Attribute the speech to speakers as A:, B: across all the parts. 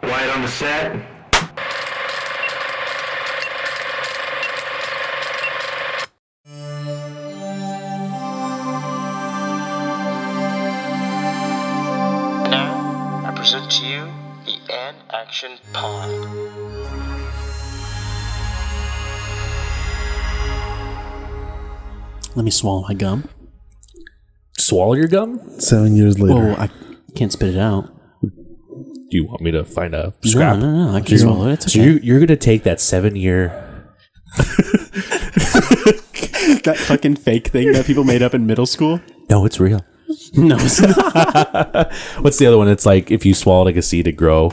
A: Quiet on the set.
B: Now, I present to you the An Action Pod.
C: Let me swallow my gum.
D: swallow your gum?
E: Seven years later.
C: Whoa, Oh, I can't spit it out.
D: Do you want me to find a scrap?
C: No, no, no. I can swallow it. It's
D: So
C: okay.
D: you, you're gonna take that seven year.
C: that fucking fake thing that people made up in middle school?
D: No, it's real.
C: No, it's not.
D: What's the other one? It's like if you swallow like a seed to grow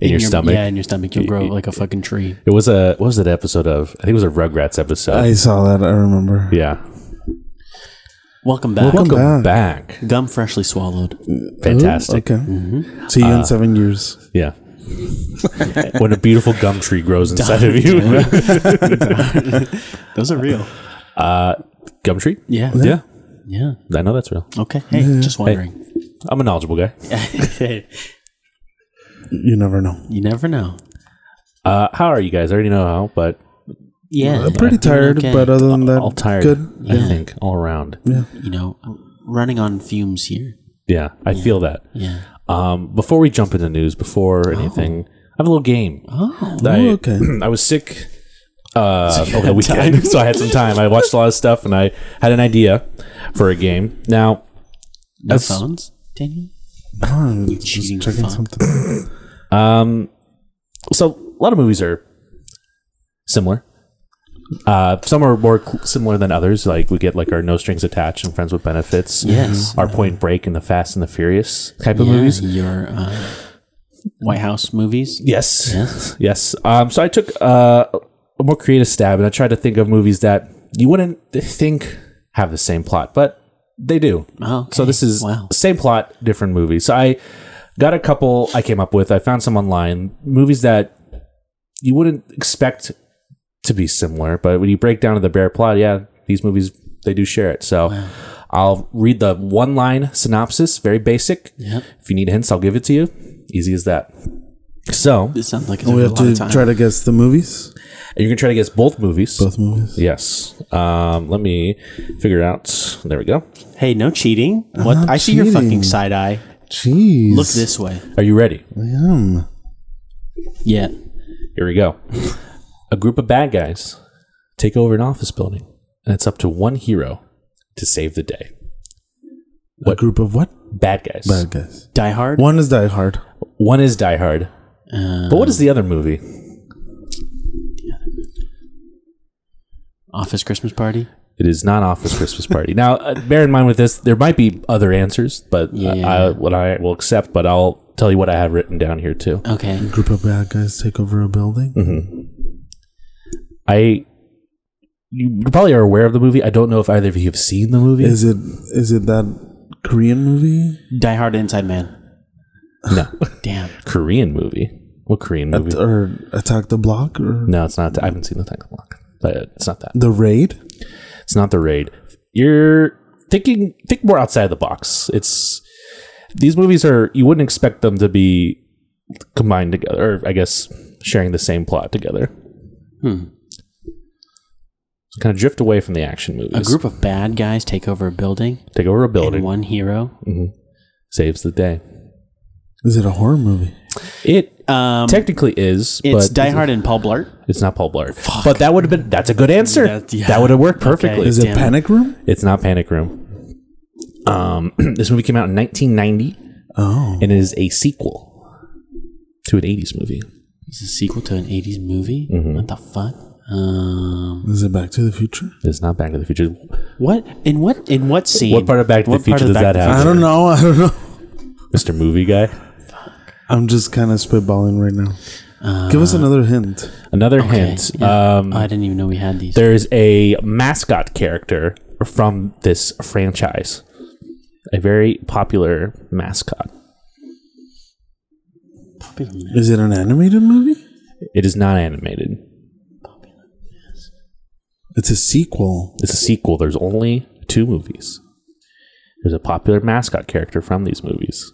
D: in, your, stomach.
C: Yeah, in your stomach. You'll grow like a fucking tree.
D: It was a what was that episode of? I think it was a Rugrats episode.
E: I saw that. I remember.
D: yeah.
C: Welcome back.
D: Welcome back.
C: Gum freshly swallowed.
D: Fantastic. Uh,
E: Okay.
C: Mm-hmm.
E: See you in seven years.
D: Yeah. when a beautiful gum tree grows inside of you.
C: Those are real.
D: gum tree?
C: Yeah.
D: Yeah.
C: Yeah.
D: I know that's real.
C: Okay. Hey, just wondering.
D: I'm a knowledgeable guy.
E: You never know.
C: you never know.
D: Uh, how are you guys? I already know how, but
C: Yeah.
E: I'm pretty
C: doing
E: tired,
C: okay.
E: but other than that,
D: all tired.
E: Good.
D: I think all around.
C: you know, running on fumes here.
D: Yeah, I feel that.
C: Yeah.
D: Um, before we jump into news, before anything, I have a little game. Oh, I,
E: okay.
D: I was sick uh, over the weekend, so I had some time. I watched a lot of stuff, and I had an idea for a game. Now,
C: No
D: That's-
C: phones, Daniel?
E: I'm
C: cheating
E: just checking
C: fuck.
E: something.
D: um, so a lot of movies are similar. Uh, some are more cl- similar than others. Like we get like our No Strings Attached and Friends with Benefits.
C: Yes.
D: Our Point Break and the Fast and the Furious type of
C: Yeah,
D: movies.
C: Your uh, White House movies?
D: Yes.
C: Yes.
D: Yes. Um, so I took uh, a more creative stab and I tried to think of movies that you wouldn't think have the same plot, but they do.
C: Oh, okay.
D: So this is
C: Wow.
D: same plot, different movie. So I got a couple I came up with. I found some online movies that you wouldn't expect to be similar, but when you break down to the bare plot, yeah, these movies they do share it. So I'll read the one line synopsis, very basic.
C: Yep.
D: If you need hints, I'll give it to you. Easy as that. So
C: This sounds like it took
E: We
C: a
E: have
C: lot
E: to
C: of time.
E: try to guess the movies.
D: And you're gonna try to guess both movies.
E: Both movies.
D: Yes. Um, let me figure it out. There we go.
C: hey, no cheating. what?
E: not
C: I see your fucking
E: cheating.
C: side eye.
E: Jeez.
C: Look this way.
D: Are you ready?
E: Damn.
C: Yeah.
D: Here we go. A group of bad guys take over an office building, and it's up to one hero to save the day.
E: A group of what?
D: Bad guys.
E: Bad guys.
C: Die Hard. Uh,
E: One is Die Hard.
D: One is Die Hard. but what
E: Um.
D: is the other movie?
C: Office Christmas Party.
D: It is not Office Christmas Party. now, uh, bear in mind with this, there might be other answers, but uh,
C: Yeah.
D: I, what I will accept. But I'll tell you what I have written down here too.
C: Okay.
E: Group of bad guys take over a building.
D: Mm-hmm. I you probably are aware of the movie. I don't know if either of you have seen the movie.
E: Is it? Is it that Korean movie?
C: Die Hard Inside Man.
D: no,
C: Damn.
D: Korean movie. What Korean movie?
E: Or Attack the Block? Or
D: no, it's not. I haven't seen the Tank Block, but it's not that.
E: The Raid?
D: It's not the raid. You're thinking think more outside the box. It's these movies are you wouldn't expect them to be combined together, or I guess sharing the same plot together. Hmm. So kind of drift away from the action movies.
C: A group of bad guys take over a building,
D: take over a
C: and
D: building,
C: one hero.
D: saves the day.
E: Is it a horror movie?
D: It
C: Um,
D: technically is.
C: it's
D: but
C: Die Hard and Paul Blart.
D: It's not Paul Blart. But that would have been that's a good answer.
C: That-
D: That,
C: yeah.
D: would have worked perfectly.
C: Okay.
E: Is
C: Damn.
E: it Panic Room?
D: It's not Panic Room. Um, this movie came out in 1990
E: Oh.
D: and is a sequel to an 80s movie.
C: It's a sequel to an 80s movie. What the fuck? Mm-hmm. Um,
E: Is it Back to the Future?
D: It's not Back to the Future.
C: what in what in what scene?
D: What part of Back to the
C: what part
D: Future
C: of
D: does
C: Back
D: that
C: to the
D: have?
E: I don't know. I don't know.
D: Mr. Movie Guy.
E: I'm just kind of spitballing right now. Give
D: Uh,
E: us another hint.
D: Another
C: Okay,
D: hint.
C: yeah. Oh,
D: Um,
C: I didn't even know we had these.
D: there's a mascot character from this franchise. A very popular mascot.
E: Is it an animated movie?
D: It is not animated.
E: It's a sequel.
D: It's a sequel. There's only two movies. There's a popular mascot character from these movies.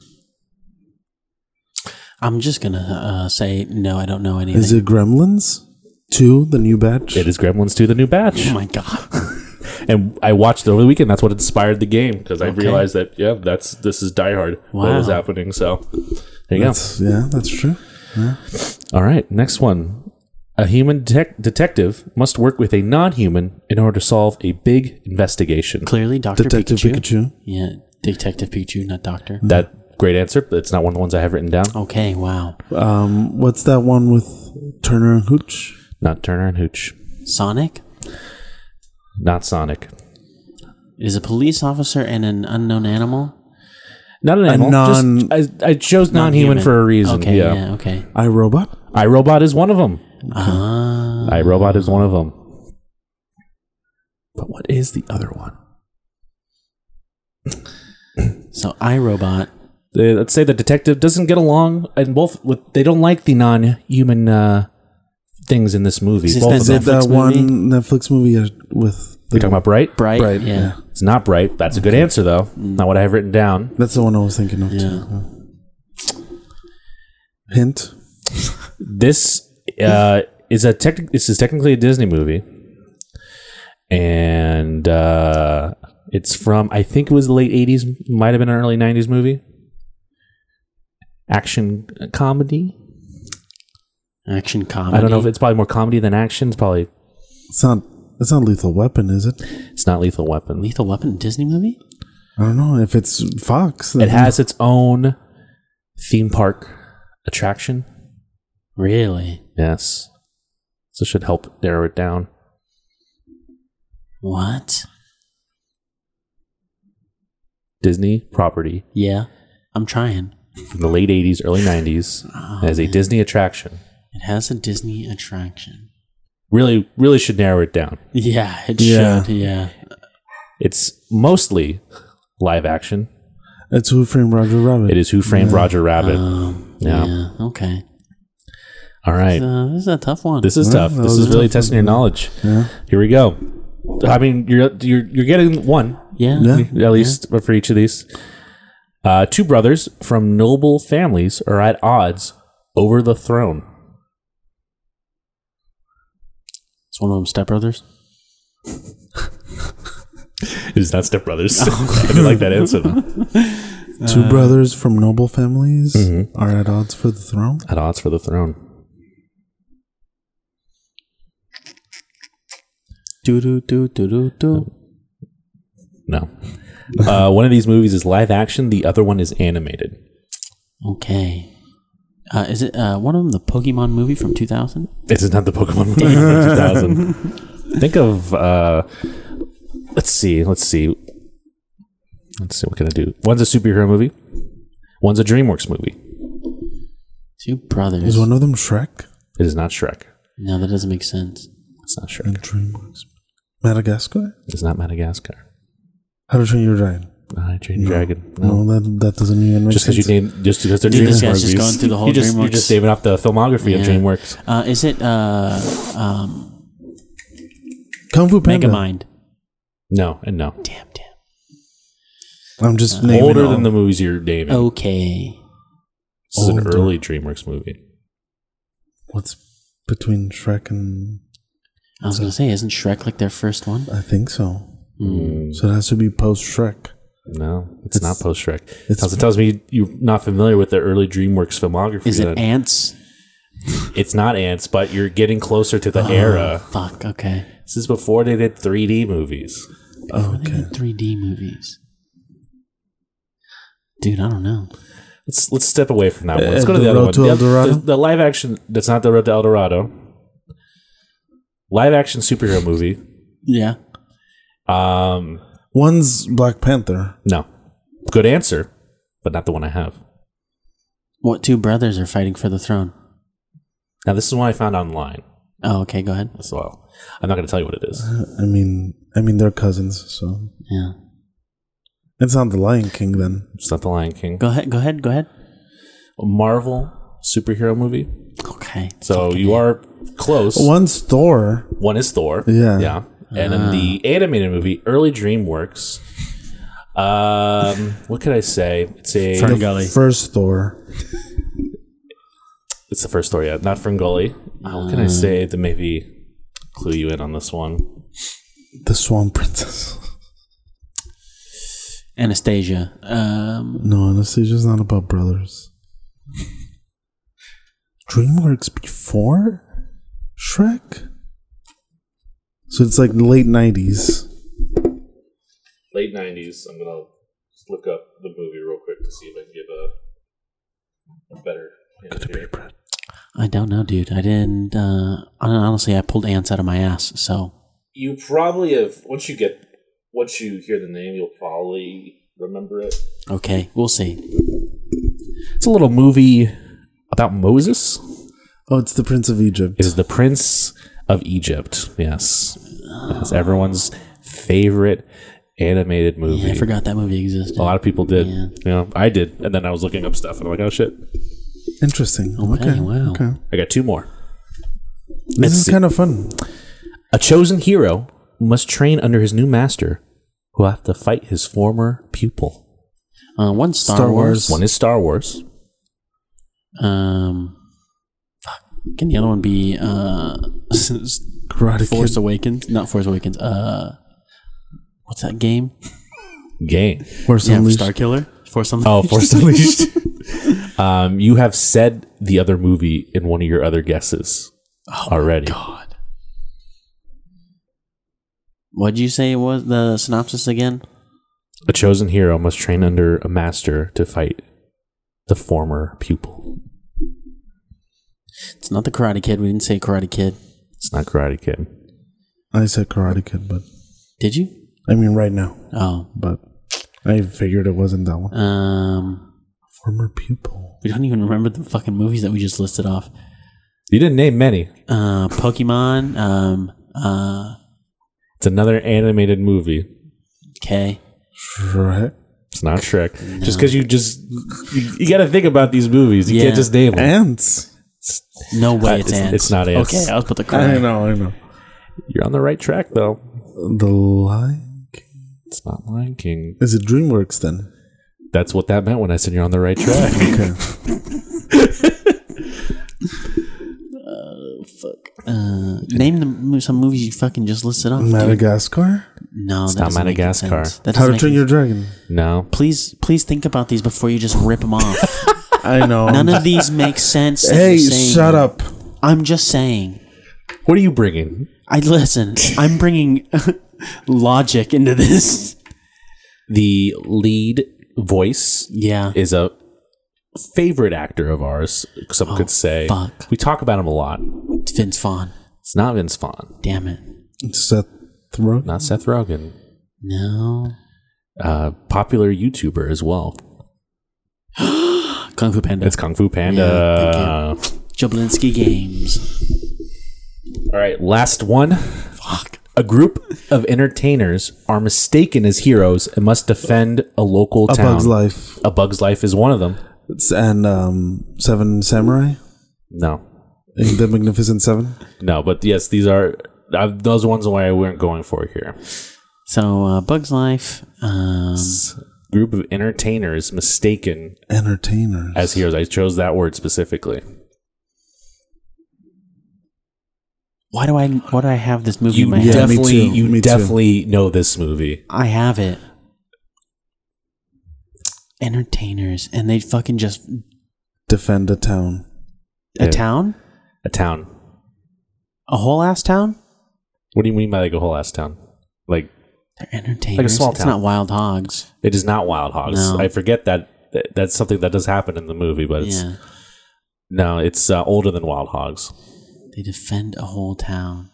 C: I'm just gonna uh, say no. I don't know anything.
E: Is it Gremlins? Two, the new batch.
D: It is Gremlins 2, the new batch.
C: Oh my god!
D: And I watched it over the weekend. That's what inspired the game because I realized that, yeah, that's this is Die Hard. What
C: Wow.
D: was happening. So there you
E: That's, yeah, that's true.
D: go. All right. Next one. A human detec detective must work with a non human in order to solve a big investigation.
C: Clearly, Doctor
E: Detective
C: Pikachu.
E: Pikachu.
C: Yeah, Detective Pikachu, not Doctor.
D: That great answer. but It's not one of the ones I have written down.
C: Okay, wow.
E: Um, what's that one with Turner and Hooch?
D: Not Turner and Hooch.
C: Sonic
D: Not Sonic.
C: is a police officer and an unknown animal.
D: Not an animal.
E: non-
D: just, I, I chose non human
C: Non-human.
D: for a reason.
C: Okay,
D: yeah.
C: yeah, okay.
E: I Robot.
D: iRobot is one of them.
C: Ah,
D: iRobot is one of them. But what is the other one?
C: so iRobot.
D: They, let's say the detective doesn't get along, and both with they don't like the non-human uh, things in this movie.
C: Is this
D: Both
C: the
D: of
E: Is
D: them.
E: it that
C: Netflix
E: one Netflix movie uh, with?
D: You're talking about Bright.
C: Bright.
E: Bright,
C: yeah.
D: It's not Bright. That's a good answer though. Not what I have written down.
E: That's the one I was thinking of.
C: Yeah.
E: Too. Hint.
D: This uh, is a tech. This is technically a Disney movie, and uh, it's from I think it was the late '80s, might have been an early '90s movie. Action uh, comedy.
C: Action comedy.
D: I don't know if it's probably more comedy than action. It's probably
E: It's not. It's not Lethal Weapon, is it?
D: it's not Lethal Weapon.
C: Lethal Weapon Disney movie.
E: I don't know if it's Fox.
D: It has its own theme park attraction.
C: Really?
D: Yes. So it should help narrow it down.
C: What?
D: Disney property
C: Yeah, I'm trying.
D: from the late 80s, early 90s as a Disney attraction.
C: It has a Disney attraction.
D: Really, really should narrow it down.
C: Yeah, it
E: Yeah.
C: should. Yeah.
D: It's mostly live action.
E: It's Who Framed Roger Rabbit.
D: It is Who Framed Roger Rabbit.
C: Um,
D: Yeah.
C: yeah. Okay.
D: All right.
C: Uh, this is a tough one.
D: This is
E: Well,
D: tough.
E: that
D: This
E: was
D: is
E: a
D: really
E: tough
D: testing your knowledge.
E: Yeah.
D: Here we go. I mean, you're you're you're getting one.
C: yeah.
E: Yeah.
D: at least for each of these. Uh, two brothers from noble families are at odds over the throne.
C: It's one of them Step Brothers.
D: It's not stepbrothers. I didn't like that answer though.
E: Two brothers from noble families
D: Mm-hmm.
E: are at odds for the throne.
D: At odds for the throne.
C: Do do do do do do.
D: No. Uh, one of these movies is live action. The other one is animated.
C: Okay. Uh, is it uh, one of them the Pokemon movie from 2000?
D: This is not the Pokemon movie from 2000. Think of uh, let's see, let's see, let's see. What can I do? One's a superhero movie. One's a DreamWorks movie.
C: Two brothers.
E: Is one of them Shrek?
D: It is not Shrek.
C: No, that doesn't make sense.
D: It's not Shrek.
E: And DreamWorks. Madagascar?
D: It's not Madagascar.
E: How to Train Your Dragon?
D: Uh, I Train Dragon. No.
E: No, that that doesn't even make
D: Just
E: sense.
D: because you name, just because they're
C: Dude, this
D: DreamWorks
C: guy's
D: movies.
C: just going through the whole
D: you just, You're
C: DreamWorks.
D: just saving off the filmography of
C: Yeah.
D: DreamWorks.
C: Uh, is it uh, um,
E: Kung Fu Panda.
C: Megamind?
D: No, and no.
C: Damn, damn.
E: I'm just naming
D: Uh, Older
E: all.
D: than the movies you're naming.
C: Okay.
D: this is an
E: Oh, older.
D: early DreamWorks movie.
E: What's between Shrek and
C: I was going to say, isn't Shrek like their first one?
E: I think so.
D: Mm,
E: So it has to be post Shrek.
D: no, it's, not post Shrek. It
E: it's-
D: tells me you're not familiar with the early DreamWorks filmography.
C: Is
D: then.
C: it Ants?
D: it's not Ants, but you're getting closer to
E: Uh-huh.
D: the era.
C: Fuck, okay.
D: This is before they did 3D movies.
C: Before they did 3D movies. Dude, I don't know.
D: Let's let's step away from that one.
E: Uh,
D: Let's go to
E: The
D: the other
E: Road
D: one.
E: to
D: the,
E: El Dorado?
D: the- the live action. That's not the Road to El Dorado. Live action superhero movie.
C: Yeah.
D: Um,
E: One's Black Panther.
D: no, good answer, but not the one I have.
C: What two brothers are fighting for the throne?
D: Now this is one I found online
C: Oh, okay, go ahead.
D: as well. I'm not going to tell you what it is.
E: I mean, I mean they're cousins, so
C: Yeah.
E: it's not the Lion King then.
D: It's not the Lion King.
C: Go ahead, go ahead, go ahead.
D: A Marvel superhero movie.
C: Okay.
D: So you are close.
E: One's Thor.
D: One is Thor.
E: Yeah.
D: Yeah. And then the animated movie, early DreamWorks. Um, what could I say? It's a
E: The First Thor.
D: It's the first story, yeah. Not Ferngully. Uh, what can I say to maybe clue you in on this one?
E: The Swan Princess.
C: Anastasia. Um,
E: No, Anastasia's not about brothers. DreamWorks before Shrek? So it's like late 90s.
D: Late 90s. I'm going to look up the movie real quick to see if I can give a, a better answer.
C: I don't know, dude. I didn't. Uh, hon- honestly, I pulled ants out of my ass. So
D: You probably have, once you get, once you hear the name, you'll probably remember it.
C: okay, we'll see.
D: It's a little movie about Moses.
E: Oh, it's the Prince of Egypt.
D: It is the Prince of Egypt. Yes, it's everyone's favorite animated movie.
C: Yeah, I forgot that movie existed.
D: a lot of people did.
C: Yeah.
D: Yeah. I did, and then I was looking up stuff, and I'm like, oh shit,
E: Interesting. Oh,
C: Okay,
E: okay.
C: wow.
E: Okay.
D: I got two more.
E: This is kind of fun.
D: A chosen hero must train under his new master, who will have to fight his former pupil.
C: Uh, one Star,
E: Star
C: Wars.
E: Wars.
D: One is Star Wars.
C: Um, fuck. Can the other one be uh,
E: Karate
C: Force
E: Kid.
C: Awakens? Not Force Awakens. Uh, what's that game?
D: Game.
E: Force
C: Yeah,
E: Unleashed.
C: Star Killer. Force something.
D: Oh, Force Unleashed. um, you have said the other movie in one of your other guesses already.
C: God. What'd you say was the synopsis again?
D: A chosen hero must train under a master to fight the former pupil.
C: It's not the Karate Kid. We didn't say Karate Kid.
D: It's not Karate Kid.
E: I said Karate Kid, but
C: Did you?
E: I mean right now.
C: Oh.
E: But I figured it wasn't that one.
C: Um,
E: Former pupil.
C: we don't even remember the fucking movies that we just listed off.
D: You didn't name many.
C: Uh, Pokemon. Um, uh,
D: It's another animated movie.
C: okay.
E: Shrek.
D: It's not Shrek. Just because you just you, you got to think about these movies. You
C: Yeah.
D: can't just name them.
E: Ants.
C: No way,
D: Uh,
C: it's,
D: it's-
C: ants.
D: it's not ants.
C: Okay, I was about to cry.
E: I know, I know.
D: You're on the right track though.
E: The Lion King.
D: It's not Lion King.
E: Is it DreamWorks then?
D: That's what that meant when I said you're on the right track.
E: Okay.
C: Uh, name the, mo- some movies you fucking just listed off. dude.
E: Madagascar?
C: No,
D: It's
C: that
D: not
C: doesn't make
D: Madagascar.
C: sense. That doesn't
E: How to
C: make
E: Train
C: any-
E: Your Dragon.
D: no,
C: Please, please think about these before you just rip them off.
E: I know.
C: None of these make sense. that
E: Oh hey,
C: you're saying.
E: shut up.
C: I'm just saying.
D: what are you bringing?
C: I listen. I'm bringing logic into this.
D: The lead voice
C: Yeah.
D: is a favorite actor of ours. Some
E: Oh,
D: could say
C: fuck.
D: we talk about him a lot.
C: It's Vince Vaughn.
D: It's not Vince Vaughn,
C: Damn it.
E: Seth Rogen.
D: not Seth Rogen.
C: No.
D: Uh, popular YouTuber as well.
C: Kung Fu Panda.
D: It's Kung Fu Panda.
C: Jablinski Games.
D: All right, last one.
C: Fuck.
D: A group of entertainers are mistaken as heroes and must defend a local
E: A
D: town.
E: Bug's Life.
D: A Bug's Life is one of them.
E: It's- And um, Seven Samurai.
D: No,
E: In the Magnificent Seven.
D: no, but yes, these are uh, those ones why I weren't going for here.
C: So uh, Bugs Life. Um,
D: Group of entertainers mistaken
E: Entertainers.
D: as heroes. I chose that word specifically.
C: why do I? Why do I have this movie in
D: You
C: my head?
E: Yeah, me
D: definitely,
E: too,
D: you
E: me too.
D: definitely know this movie.
C: I have it. Entertainers, and they fucking just
E: Defend a town.
C: a
D: Yeah.
C: town,
D: A town.
C: a whole ass town.
D: What do you mean by like a whole ass town? Like
C: They're entertainers.
D: small
C: it's
D: town.
C: not wild hogs.
D: it is not Wild Hogs.
C: No.
D: I forget that that- that's something that does happen in the movie, but it's
C: yeah,
D: no, it's uh, older than Wild Hogs.
C: they defend a whole town.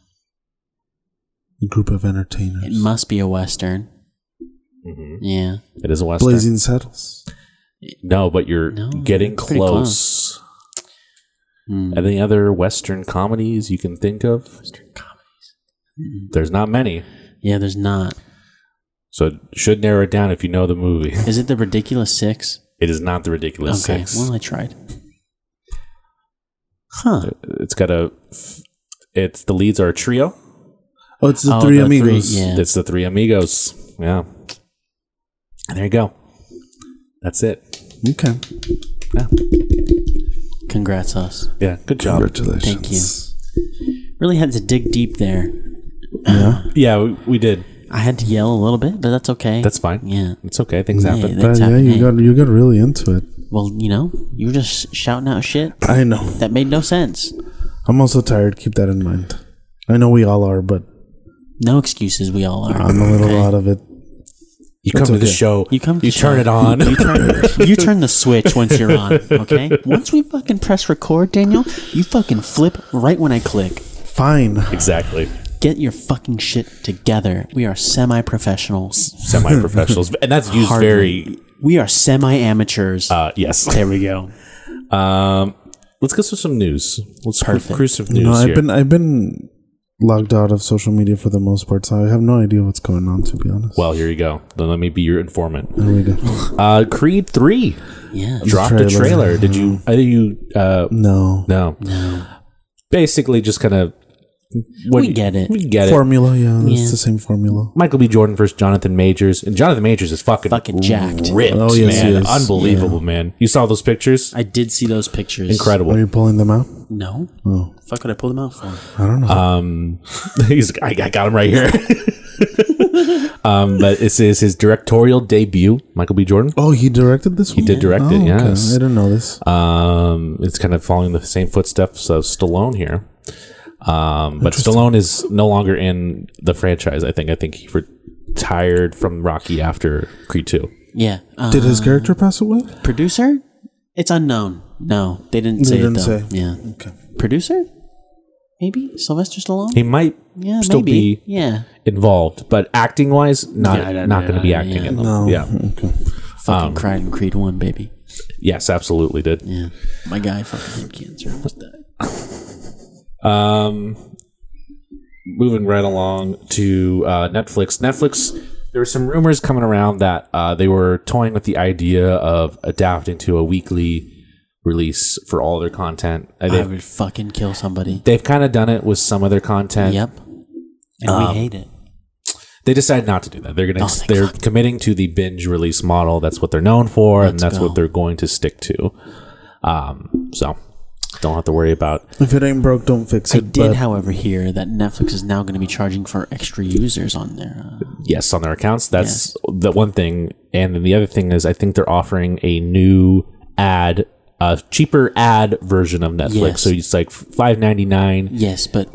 E: A group of entertainers.
C: It must be a western.
D: Mhm.
C: Yeah,
D: It is a western.
E: Blazing Saddles.
D: No, but you're
C: No,
D: getting
C: that's pretty
D: close.
C: Hmm.
D: Mm-hmm. Any other western comedies you can think of?
C: western comedy.
D: There's not many,
C: Yeah, there's not.
D: so it should narrow it down if you know the movie.
C: Is it the ridiculous six?
D: It is not the ridiculous
C: okay.
D: six.
C: Well, I tried. Huh.
D: it's got a. It's the leads are a trio.
E: Oh, it's the
C: Oh,
E: Three
C: the three-
E: Amigos.
C: yeah.
D: It's the three amigos. Yeah. And there you go. That's it.
E: Okay.
D: Yeah.
C: Congrats, us.
D: Yeah, good job.
E: Congratulations.
C: Thank you. Really had to dig deep there.
D: Yeah, we, we did.
C: I had to yell a little bit, but that's okay.
D: That's fine.
C: Yeah.
D: It's okay. Things
C: Hey,
D: happen.
E: But
C: things
E: yeah,
C: happen.
E: you
C: Hey,
E: got you got really into it.
C: well, you know, you were just shouting out shit
E: I know.
C: that made no sense.
E: I'm also tired. Keep that in mind. I know we all are, but
C: No excuses. We all are.
E: I'm a little out of it.
D: You come to the
E: okay.
D: show.
C: You come to
D: You
C: the
D: turn
C: show.
D: it on.
C: You turn, you turn the switch once you're on, okay? Once we fucking press record, Daniel, you fucking flip right when I click.
E: Fine.
D: exactly.
C: Get your fucking shit together. We are semi professionals.
D: Semi-professionals, and that's used very.
C: We are semi amateurs.
D: Uh, yes.
C: there we go.
D: Um, let's go through some news. Let's
C: Perfect.
D: cruise some news
E: No, I've
D: here.
E: been I've been logged out of social media for the most part, so I have no idea what's going on. To be honest,
D: well, here you go. Then let me be your informant.
E: there we go.
D: Uh, Creed three
C: Yeah.
D: dropped a
E: Trailer. Mm-hmm.
D: trailer. Did you? Either you? Uh,
E: No
D: no. Basically, just kind of.
C: We get it.
D: We get it.
E: formula. Yeah, it's
C: Yeah.
E: the same formula.
D: Michael B. Jordan versus Jonathan Majors, and Jonathan Majors is fucking
C: Fucking jacked.
D: ripped,
E: Oh, yes,
D: man,
E: he is.
D: unbelievable, man. You saw those pictures?
C: I did see those pictures.
E: Are
D: Incredible.
E: you pulling them out?
C: No.
E: Oh,
C: Fuck would I pull them out for?
E: I don't know.
D: Um, he's like, I, I got him right here. um, but this is his directorial debut. Michael B. Jordan.
E: oh, he directed this. He
D: did direct it, yes.
E: Oh, I didn't know this.
D: Um, it's kind of following the same footsteps of Stallone here. Um, but Stallone is no longer in the franchise. I think. I think he retired from Rocky after Creed Two.
C: Yeah. Uh,
E: did his character pass away?
C: producer? It's unknown. No, they didn't
E: They
C: say
E: didn't
C: it though.
E: say.
C: Yeah.
E: Okay.
C: Producer? Maybe Sylvester Stallone.
D: He might
C: yeah,
D: still
C: maybe.
D: be
C: Yeah.
D: involved, but acting wise, not
C: Yeah, I don't
D: not
C: know.
D: going to be
C: Yeah,
D: acting
C: yeah.
D: in them.
E: No.
D: Yeah.
E: Okay.
C: Fucking cried in Creed One, baby.
D: Yes, absolutely did.
C: Yeah. My guy fucking had cancer. Almost died.
D: Um, moving right along to uh, Netflix. Netflix. There were some rumors coming around that uh, they were toying with the idea of adapting to a weekly release for all their content. Uh,
C: I
D: They've,
C: would fucking kill somebody.
D: they've kind of done it with some of their content.
C: Yep. And we hate it.
D: They decided not to do that. They're gonna.
C: Oh, thank
D: they're committing to the binge release model. That's what they're known for, and
C: Let's
D: that's
C: go.
D: what they're going to stick to. Um, so don't have to worry about
E: If it ain't broke, don't fix it.
C: I did,
E: but-
C: however, hear that Netflix is now going to be charging for extra users on their. Uh,
D: yes on their accounts that's the one thing and then the other thing is i think they're offering a new ad a cheaper ad version of netflix
C: Yes.
D: so it's like 5.99
C: yes, but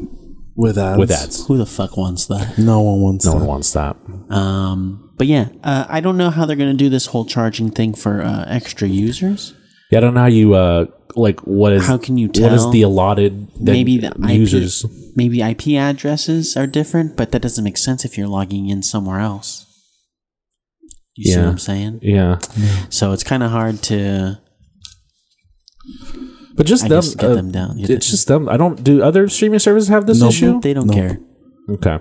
E: with ads.
D: with ads
C: who the fuck wants that?
E: no one wants
D: no
E: that.
D: one wants that
C: Um, but yeah, uh, I don't know how they're going to do this whole charging thing for uh, extra users.
D: yeah i don't know how you uh like what is
C: How can you
D: what is
C: tell?
D: the allotted that
C: Maybe the IP,
D: users
C: maybe IP addresses are different, but that doesn't make sense if you're logging in somewhere else. You see
D: Yeah.
C: what I'm saying?
D: yeah
C: So it's kind of hard to.
D: but just
C: I
D: them,
C: guess get
D: uh,
C: them down. Yeah,
D: it's just them i don't do other streaming services have this
E: Nope.
D: issue
C: They don't
E: Nope.
C: care.
D: okay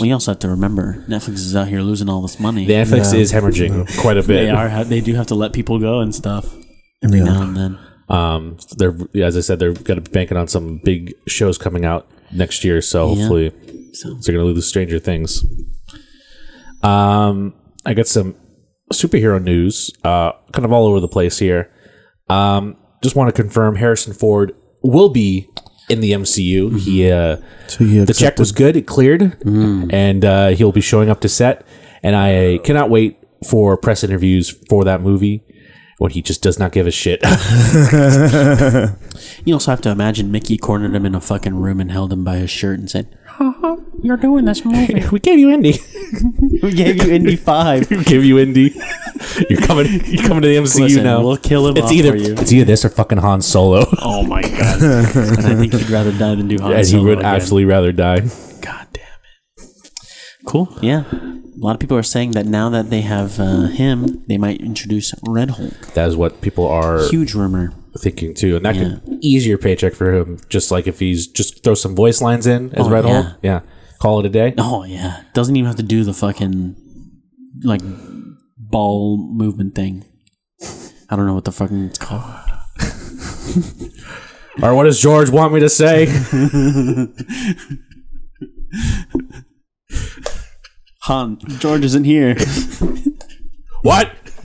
C: We also have to remember Netflix is out here losing all this money.
D: the netflix
E: No.
D: is hemorrhaging quite a bit
C: they are. They do have to let people go and stuff every
E: Yeah.
C: now and then.
D: Um, they're as I said, they're gonna be banking on some big shows coming out next year, so
C: Yeah.
D: hopefully
C: So
D: they're gonna lose Stranger Things. Um, I got some superhero news, uh, kind of all over the place here. Um, just want to confirm Harrison Ford will be in the MCU.
C: Mm-hmm.
D: He uh,
E: So he
D: the check was good; it cleared,
C: Mm.
D: and uh, he'll be showing up to set. And I cannot wait for press interviews for that movie when he just does not give a shit.
C: You also have to imagine Mickey cornered him in a fucking room and held him by his shirt and said, "Ha ha, you're doing this movie.
D: we gave you Indy.
C: we gave you Indy 5.
D: We give you Indy. You're coming. You're coming to the MCU
C: Listen,
D: now.
C: we'll kill him
D: It's
C: off
D: either
C: for you.
D: it's either this or fucking Han Solo,
C: Oh my god. and I think he'd rather die than do Han
D: and he
C: Solo
D: would
C: again.
D: absolutely rather die.
C: God damn it. Cool. Yeah. A lot of people are saying that now that they have uh, him, they might introduce Red Hulk.
D: That is what people are
C: Huge rumor.
D: thinking too, and that could easier paycheck for him. Just like if he's just throw some voice lines in as
C: Oh,
D: Red
C: yeah.
D: Hulk, yeah, call it a day.
C: Oh yeah. Doesn't even have to do the fucking like ball movement thing. I don't know what the fucking it's called.
D: Or what does George want me to say?
C: Han, George isn't here.
D: what?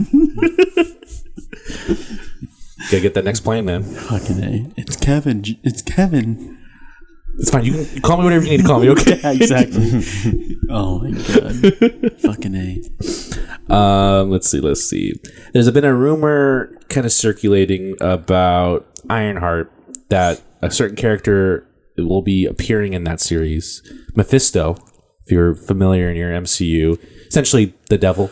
D: Gotta get that next plane, man.
C: Fucking A. It's Kevin. J- It's Kevin.
D: It's fine. You can call me whatever you need to call me. Okay.
C: Yeah, exactly. oh my god. Fucking A.
D: Um, let's see. Let's see. There's been a rumor kind of circulating about Ironheart that a certain character will be appearing in that series, Mephisto. If you're familiar in your MCU, essentially the devil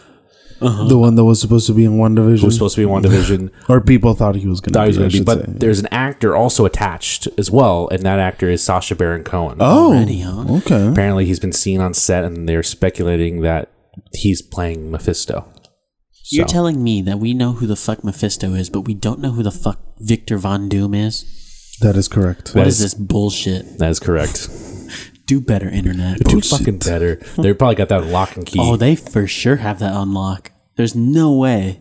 E: The one that was supposed to be in one division,
D: who's supposed to be one division.
E: or people thought he was going to.
D: thought he was
E: be, I
D: going to be,
E: should
D: but
E: say.
D: there's an actor also attached as well, and that actor is Sasha Baron Cohen.
E: oh,
C: huh?
E: okay.
D: Apparently, he's been seen on set, and they're speculating that he's playing Mephisto.
C: You're
D: So-
C: telling me that we know who the fuck Mephisto is, but we don't know who the fuck Victor Von Doom is?
E: That is correct.
C: What
D: That
C: is
D: is-
C: this bullshit?
D: That is correct.
C: Do better, internet.
D: Do fucking better. They probably got that lock and key.
C: Oh, they for sure have that unlock. There's no way.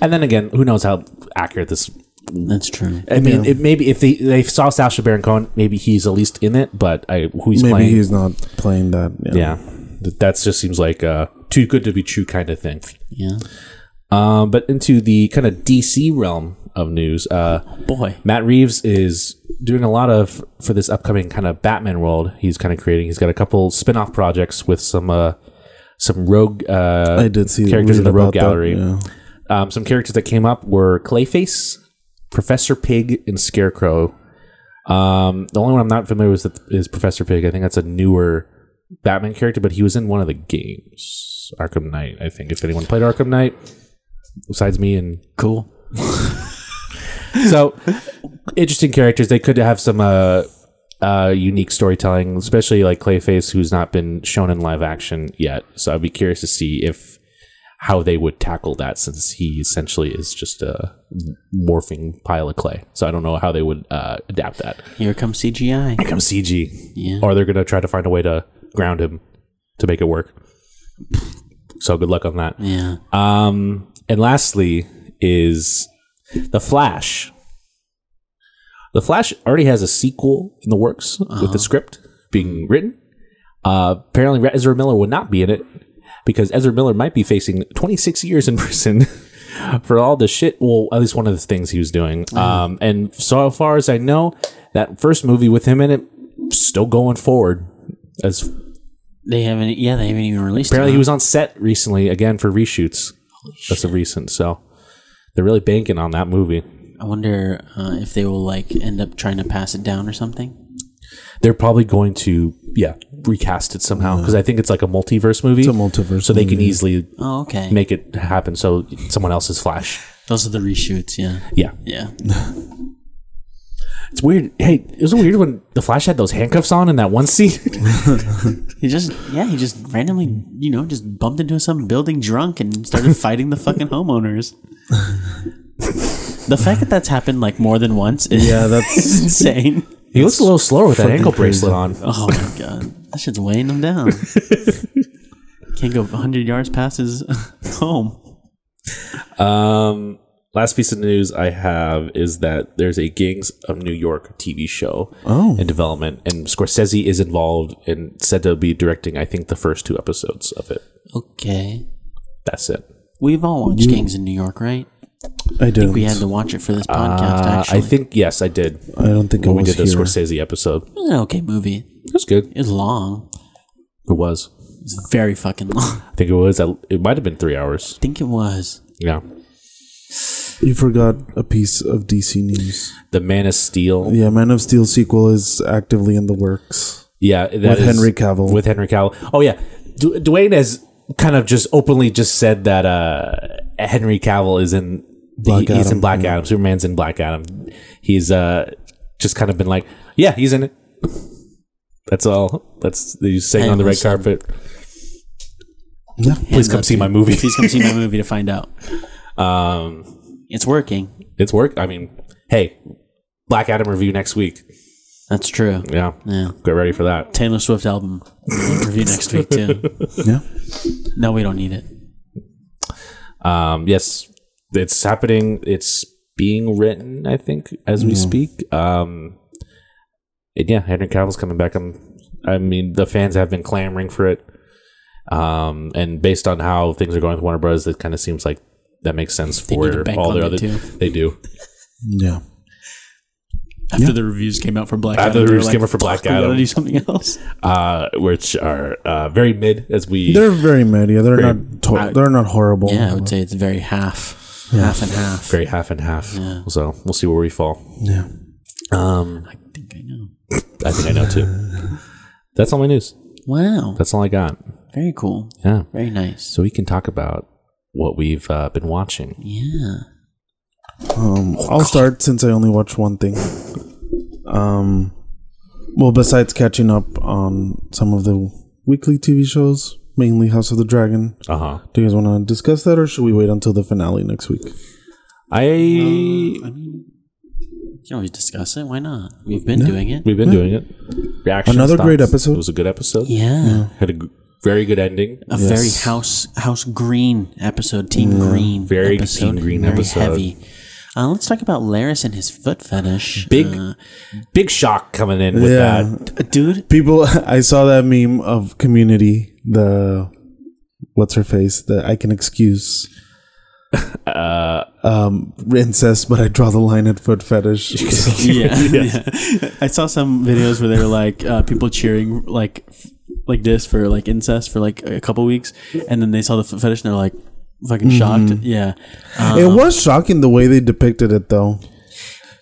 D: and then again, who knows how accurate this?
C: That's true.
D: I mean, it maybe if they they saw Sasha Baron Cohen, maybe he's at least in it. But I, who he's
E: Maybe
D: playing?
E: he's not playing that.
D: yeah, that just seems like uh, too good to be true kind of thing.
C: Yeah.
D: Um, but into the kind of DC realm of news, uh,
C: Boy.
D: Matt Reeves is doing a lot of for this upcoming kind of Batman world. He's kind of creating. He's got a couple spin-off projects with some uh, some rogue uh,
E: I did see
D: characters in
E: read
D: the rogue
E: about that,
D: gallery.
E: yeah.
D: Um, some characters that came up were Clayface, Professor Pig, and Scarecrow. Um, the only one I'm not familiar with is Professor Pig. I think that's a newer Batman character, but he was in one of the games, Arkham Knight. I think if anyone played Arkham Knight, besides me and
C: Cool.
D: so interesting characters. They could have some uh, uh, unique storytelling, especially like Clayface, who's not been shown in live action yet. So I'd be curious to see if how they would tackle that, since he essentially is just a morphing pile of clay. So I don't know how they would uh, adapt that.
C: Here comes CGI.
D: Come CG,
C: Yeah.
D: or they're gonna try to find a way to ground him to make it work. So good luck on that.
C: Yeah.
D: Um, and lastly is the Flash. The Flash already has a sequel in the works with the script being written. Uh, apparently, Ezra Miller will not be in it because Ezra Miller might be facing 26 years in prison for all the shit. Well, at least one of the things he was doing. Um, and so far as I know, that first movie with him in it still going forward as
C: They haven't. Yeah, they haven't even released.
D: Apparently,
C: it.
D: he was on set recently again for reshoots. That's a recent, so they're really banking on that movie.
C: I wonder uh, if they will like end up trying to pass it down or something.
D: They're probably going to yeah recast it somehow because I think it's like a multiverse movie. It's
E: a multiverse
D: so they can
E: movie.
D: easily
C: Oh, okay.
D: make it happen. So someone else's Flash.
C: Those are the reshoots. Yeah.
D: Yeah,
C: Yeah.
D: it's weird. Hey, it was weird when the Flash had those handcuffs on in that one scene.
C: He just. Yeah. He just randomly, you know, just bumped into some building drunk and started fighting the fucking homeowners. the fact that that's happened like more than once is
E: Yeah, that's
C: insane.
D: he looks a little slower with that
E: fucking
D: ankle
E: crazy.
D: bracelet on.
C: Oh my god, that shit's weighing him down. Can't go 100 yards past his home.
D: Um, last piece of news I have is that there's a Gangs of New York TV show
E: Oh.
D: in development, and Scorsese is involved and said to be directing, I think, the first two episodes of it.
C: Okay,
D: That's it.
C: we've all watched Gangs in New York, right?
E: I didn't.
C: We had to watch it for this podcast.
D: Uh,
C: actually,
D: I think, yes, I did.
E: I don't think it
D: When we
E: was
D: did the
E: here.
D: Scorsese episode,
C: it was an okay movie.
D: it was good.
C: It was long.
D: It was.
C: It was very fucking long.
D: I think it was. It might have been three hours.
C: I think it was.
D: Yeah.
E: You forgot a piece of DC news.
D: The Man of Steel.
E: Yeah, Man of Steel sequel is actively in the works.
D: Yeah. that
E: With
D: is-
E: Henry Cavill.
D: With Henry Cavill. Oh, yeah. Du- Dwayne has kind of just openly just said that uh, Henry Cavill is in
E: Black
D: he- he's in
E: Adam,
D: Black Adam. Superman's in Black Adam. He's uh just kind of been like, yeah, he's in it. That's all. That's he's saying on the red
C: listen.
D: carpet.
E: Yeah.
D: Please come see my movie.
C: Please come see my movie to find out.
D: Um,
C: It's working.
D: it's work. I mean, hey, Black Adam review next week.
C: That's true.
D: Yeah,
C: Yeah.
D: get ready for that.
C: Taylor Swift album review next week too.
E: Yeah.
C: No, we don't need it.
D: Um, yes, it's happening. It's being written, I think, as we speak. Um, and yeah, Henry Cavill's coming back. I'm, I mean, the fans have been clamoring for it. Um, and based on how things are going with Warner Bros., it kind of seems like that makes sense
C: They need to
D: for
C: bank
D: all their
C: on
D: other.
C: it, too.
D: They do.
E: Yeah.
C: After the reviews came out for Black
D: After
C: Adam,
D: the
C: they were
D: reviews came out for
C: "Fuck,
D: Black
C: we gotta
D: Adam."
C: do something else.
D: uh, which are uh, very mid as we.
E: They're very mad. Yeah, they're
D: Very-
E: not. To- they're not horrible.
C: Yeah, I would say it's very half, half and half.
D: very half and half. So we'll see where we fall.
E: Yeah.
D: Um,
C: I think I know.
D: I think I know too. That's all my news.
C: Wow,
D: That's all I got.
C: very cool.
D: Yeah.
C: Very nice.
D: So we can talk about what we've uh, been watching.
C: Yeah.
E: Um, I'll start since I only watch one thing. Um, well, besides catching up on some of the weekly TV shows, mainly House of the Dragon.
D: Uh huh.
E: Do you guys want to discuss that, or should we wait until the finale next week?
D: I
C: I mean, you can always discuss it. Why not? We've been doing it.
D: we've been doing it. Reaction.
E: Another
D: thoughts.
E: great episode.
D: It was a good episode.
C: Yeah.
D: Had a g- very good ending.
C: A
E: Yes.
C: very house house green episode, Team Green.
D: Very
C: episode,
D: Team Green
C: very
D: episode.
C: Heavy. Uh, let's talk about Laris and his foot fetish.
D: Big
C: Uh,
D: big shock coming in with
E: Yeah.
D: that.
C: dude.
E: People, I saw that meme of Community. The what's her face that I can excuse.
C: Uh,
E: um, incest, but I draw the line at foot fetish.
C: Yeah. yeah. I saw some videos where they were like uh, people cheering like f- like this for like incest for like a couple weeks, and then they saw the foot fetish and they're like fucking shocked. Yeah. Uh,
E: It was shocking the way they depicted it, though.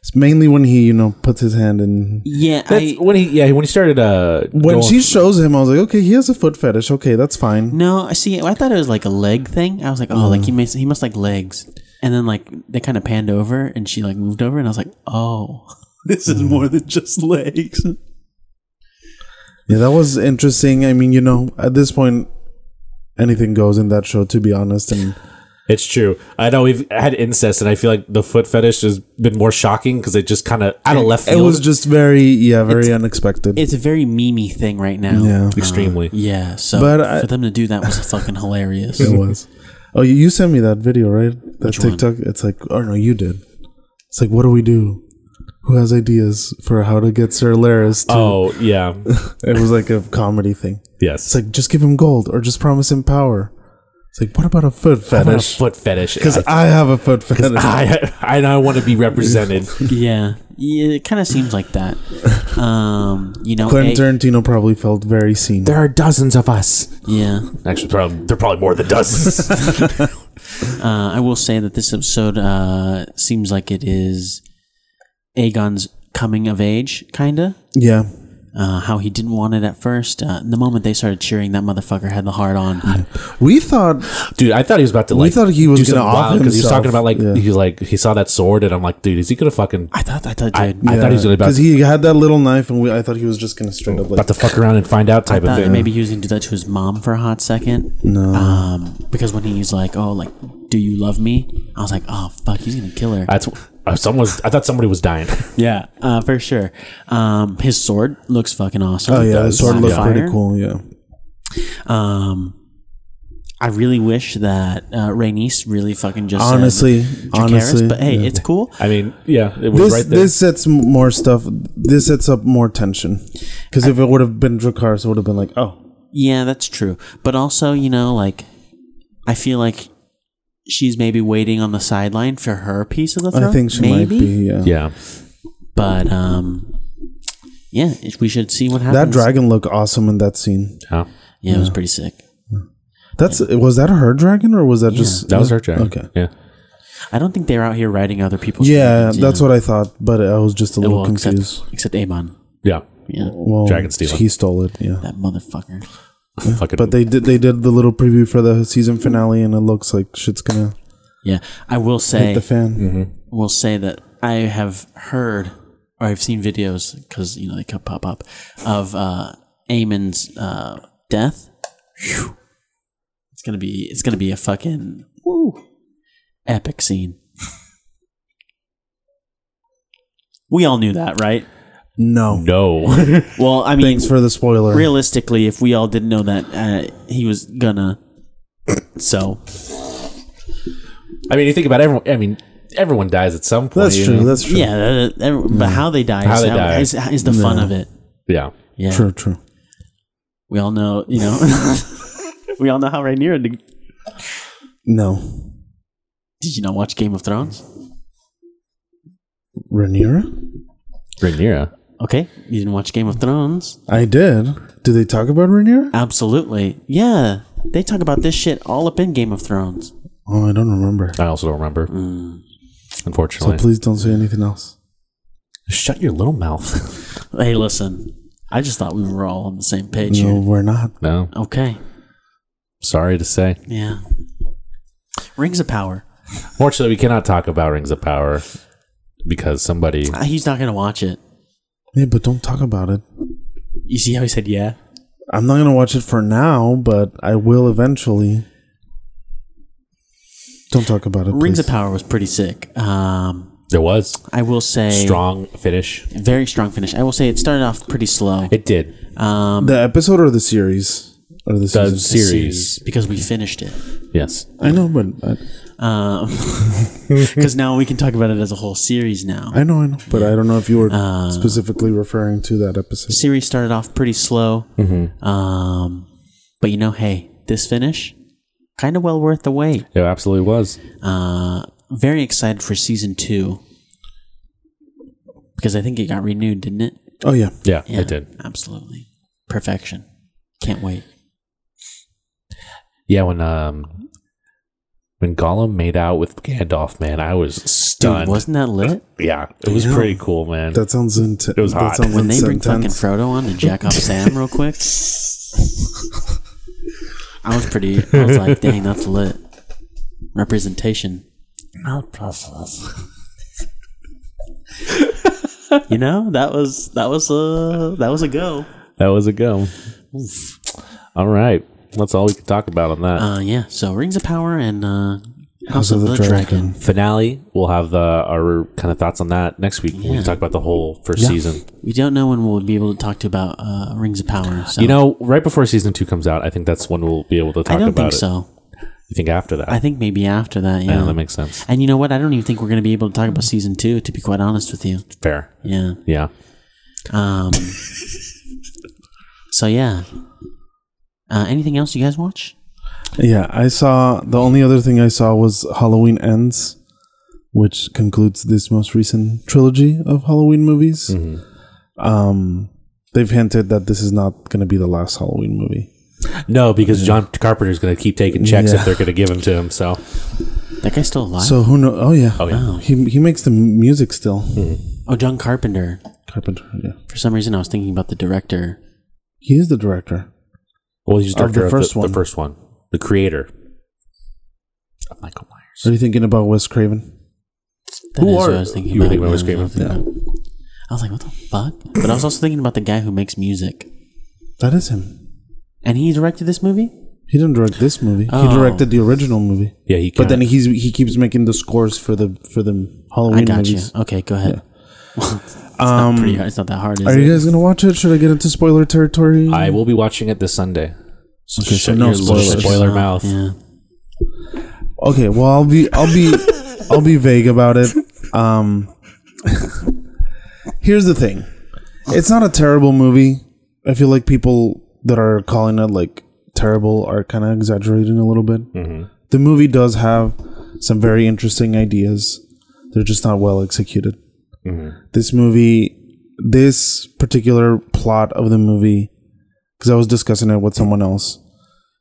E: It's mainly when he, you know, puts his hand in.
C: yeah.
D: That's
C: I,
D: when he yeah when he started uh
E: When
D: going-
E: she shows him, I was like, okay, he has a foot fetish. Okay, that's fine.
C: No, I see. I thought it was like a leg thing. I was like, oh, like he must he must like legs. And then like they kind of panned over, and she like moved over, and I was like, oh, this is more than just legs.
E: Yeah, that was interesting. I mean, you know, at this point, anything goes in that show, to be honest. And
D: It's true. I know we've had incest, and I feel like the foot fetish has been more shocking because it just kind of out of left
E: it
D: field.
E: was just very, yeah, very unexpected.
C: It's a very memey thing right now.
E: yeah,
D: extremely.
C: Yeah. So
E: But I-
C: for them to do that was fucking hilarious.
E: it was. Oh, you- you sent me that video, right? That TikTok. It's like, oh no, you did. It's like, what do we do? Who has ideas for how to get Sir Laris? To,
D: oh yeah,
E: It was like a comedy thing.
D: yes.
E: It's like just give him gold or just promise him power. It's like what about a foot
D: I want a
E: fetish?
D: foot fetish.
E: Because
D: I,
E: I have a foot fetish.
D: I, I, I want to be represented.
C: yeah. yeah. It kind of seems like that. Um, you know.
E: Quentin
C: eh,
E: Tarantino probably felt very seen.
D: there are dozens of us.
C: yeah.
D: Actually, probably, there are probably more than dozens.
C: Uh, I will say that this episode uh, seems like it is Aegon's coming of age, kinda.
E: Yeah,
C: uh, how he didn't want it at first. Uh, the moment they started cheering, that motherfucker had the heart on.
E: we thought
D: dude, I thought he was about to
E: We
D: like.
E: thought he was
D: do
E: gonna
D: something
E: off
D: wild because he was
E: himself.
D: talking about like
E: Yeah.
D: he was like he saw that sword, and I'm like, dude, is he gonna fucking
C: I thought, I thought,
D: I,
C: dude,
D: I thought he was gonna about,
E: because he had that little knife, and we, I thought he was just gonna straight up like
D: about to fuck around and find out type of
C: thought
D: thing.
C: maybe he was gonna do that to his mom for a hot second. No, um, because when he's like, "Oh, like, do you love me?" I was like, "Oh, fuck, he's gonna kill her."
D: That's uh, someone's. I thought somebody was dying.
C: yeah, uh, for sure. Um, his sword looks fucking awesome.
E: oh yeah, the
D: does.
E: sword
D: Yeah.
E: looked
C: Fire.
E: pretty cool. Yeah,
C: Um, I really wish that uh, Rhaenys really fucking just said
E: honestly,
C: Dracarys,
E: honestly,
C: but hey,
E: yeah.
C: it's cool.
D: I mean, yeah, it was
E: This,
D: right there.
E: this sets m- more stuff. This sets up more tension. Because if it would have been Dracarys, it would have been like, oh,
C: Yeah, that's true. But also, you know, like I feel like she's maybe waiting on the sideline for her piece of the throne.
E: I think she
C: maybe.
E: might be. Yeah,
D: yeah,
C: But um, yeah, it- we should see what happens.
E: that dragon looked awesome in that scene.
D: yeah.
C: Yeah, it was pretty sick.
E: That's was that her dragon or was that just
D: That was her dragon.
E: Okay.
D: Yeah.
C: I don't think they're out here writing other people's.
E: Yeah,
C: dragons,
E: that's what I thought, but I was just a little
C: Well, except-
E: confused.
C: Except Amon.
D: Yeah.
C: Yeah,
E: Well,
D: Dragon stealer.
E: He stole it. Yeah,
C: that motherfucker.
D: Fucking
E: but they did. They did the little preview for the season finale, and it looks like shit's gonna
C: Yeah, I will
E: hit
C: say,
E: the fan.
D: Mm-hmm.
C: will say that I have heard or I've seen videos because you know they could pop up of uh, Amon's uh, death. Phew. It's gonna be it's gonna be a fucking woo, epic scene. we all knew that, right?
E: No.
D: no.
C: Well, I mean,
E: Thanks for the spoiler.
C: realistically, if we all didn't know that uh, he was gonna, so
D: I mean, you think about everyone. I mean, everyone dies at some point.
E: That's
D: you
E: true.
D: know?
E: That's true.
C: yeah. that- that- but how they die,
D: How
C: is,
D: they die.
C: is, is the fun of it.
D: yeah.
C: Yeah.
E: True. True.
C: We all know, you know, we all know how Rhaenyra.
E: No.
C: Did you not watch Game of Thrones?
E: Rhaenyra?
D: Rhaenyra.
C: Okay, you didn't watch Game of Thrones.
E: I did. Do they talk about Rhaenyra?
C: Absolutely, yeah. They talk about this shit all up in Game of Thrones.
E: Oh, I don't remember.
D: I also don't remember.
E: So
C: Mm.
D: Unfortunately.
E: please don't say anything else.
D: Shut your little mouth.
C: Hey, listen, I just thought we were all on the same page
E: No,
C: here.
E: we're not.
D: no.
C: Okay,
D: Sorry to say.
C: yeah. Rings of Power.
D: Fortunately, we cannot talk about Rings of Power because somebody.
C: Ah, He's not gonna watch it.
E: Yeah, but don't talk about it.
C: You see how he said yeah?
E: I'm not gonna watch it for now, but I will eventually. Don't talk about it.
C: Rings
E: please.
C: of Power was pretty sick. Um,
D: There was.
C: I will say
D: Strong finish.
C: very strong finish. I will say it started off pretty slow.
D: It did.
C: Um,
E: The episode or the series or the
D: The
E: season.
D: series.
C: because we finished it.
D: Yes.
E: I know, but I,
C: Because now we can talk about it as a whole series now.
E: I know, I know, but I don't know if you were
C: Uh.
E: specifically referring to that episode.
C: The series started off pretty slow.
D: Mm-hmm.
C: Um, but you know, hey, this finish, kind of well worth the wait.
D: It absolutely was.
C: Uh, very excited for season two. Because I think it got renewed, didn't it?
E: Oh yeah,
D: Yeah, it did.
C: Absolutely. Perfection. Can't wait.
D: Yeah, when um when Gollum made out with Gandalf, man, I was
C: Dude,
D: stunned.
C: wasn't that lit?
D: yeah, it was
E: Damn.
D: pretty cool, man.
E: that sounds intense.
D: It was hot.
E: That sounds
C: When they bring fucking
E: intense.
C: Frodo on to jack off Sam real quick. I was pretty. I was like, dang, that's lit. Representation. Not process. you know that was that was a that was a go.
D: that was a go. All right, that's all we can talk about on that
C: Uh, yeah. So Rings of Power and uh,
E: House of the, Dragon.
D: finale. We'll have the our kind of thoughts on that next week. We
C: Yeah.
D: can talk about the whole first season.
C: We don't know when we'll be able to talk to about uh, Rings of Power. So
D: You know, right before season two comes out, I think that's when we'll be able to talk
C: I don't
D: about
C: think
D: it.
C: so.
D: You think after that?
C: I think maybe after that.
D: yeah,
C: Yeah.
D: that makes sense.
C: and you know what? I don't even think we're going to be able to talk about season two. To be quite honest with you.
D: Fair.
C: Yeah.
D: Yeah.
C: Um, so yeah. Uh, anything else you guys watch?
E: Yeah, I saw. The only other thing I saw was Halloween Ends, which concludes this most recent trilogy of Halloween movies. Um, they've hinted that this is not going to be the last Halloween movie.
D: No, because John Carpenter's going to keep taking checks
E: Yeah.
D: if they're going to give him to him. So
C: That guy's still alive.
E: So who knows? Oh yeah,
D: Oh, yeah.
E: He he makes the m- music still.
C: oh, John Carpenter.
E: Carpenter. Yeah,
C: For some reason, I was thinking about the director.
E: he is the director.
D: Well, he's
E: Of
D: director
E: the
D: of
E: first
D: the,
E: one.
D: the first one, the creator of Michael Myers.
E: Are you thinking about Wes Craven?
C: That
D: Who
C: is what
D: are-
C: I was thinking
D: you were
C: about.
D: thinking about Wes
C: Yeah, I was
D: Craven?
C: thinking about- I was like, what the fuck? But I was also thinking about the guy who makes music,
E: That is him.
C: and he directed this movie.
E: He didn't direct this movie. He
C: Oh.
E: directed the original movie.
D: Yeah, he.
E: But
D: kinda-
E: then he's he keeps making the scores for the for the
C: I
E: Halloween
C: got
E: movies.
C: you. Okay, go ahead. it's
E: Um,
C: not pretty hard. It's not that hard. Is
E: Are
C: it?
E: you guys gonna watch it? Should I get into spoiler territory?
D: I will be watching it this Sunday. So
E: Okay, so
D: shut
E: no
D: your little
E: spoilers.
D: Spoiler mouth.
C: Yeah.
E: okay, well I'll be I'll be I'll be vague about it. Um Here's the thing. It's not a terrible movie. I feel like people that are calling it like terrible are kind of exaggerating a little bit. The movie does have some very interesting ideas. They're just not well executed. This movie, this particular plot of the movie, because I was discussing it with someone else,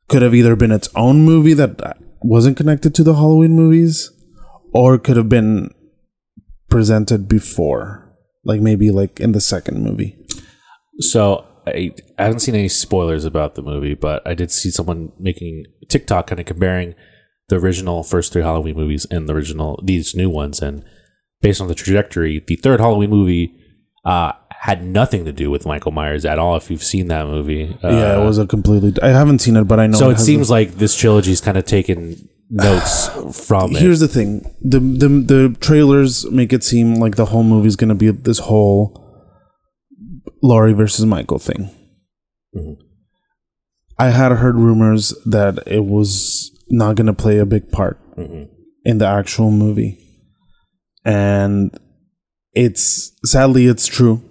E: could have either been its own movie that wasn't connected to the Halloween movies, or could have been presented before, like maybe like in the second movie.
D: So I, I haven't seen any spoilers about the movie, but I did see someone making TikTok kind of comparing the original first three Halloween movies and the original these new ones, and based on the trajectory, the third Halloween movie uh, had nothing to do with Michael Myers at all. If you've seen that movie, uh,
E: yeah, it was a completely. I haven't seen it, but I know.
D: so it
E: has
D: seems like this trilogy's kind of taken notes from it.
E: Here's the thing: the, the the trailers make it seem like the whole movie's gonna be this whole Laurie versus Michael thing. I had heard rumors that it was not gonna play a big part in the actual movie, and it's sadly it's true.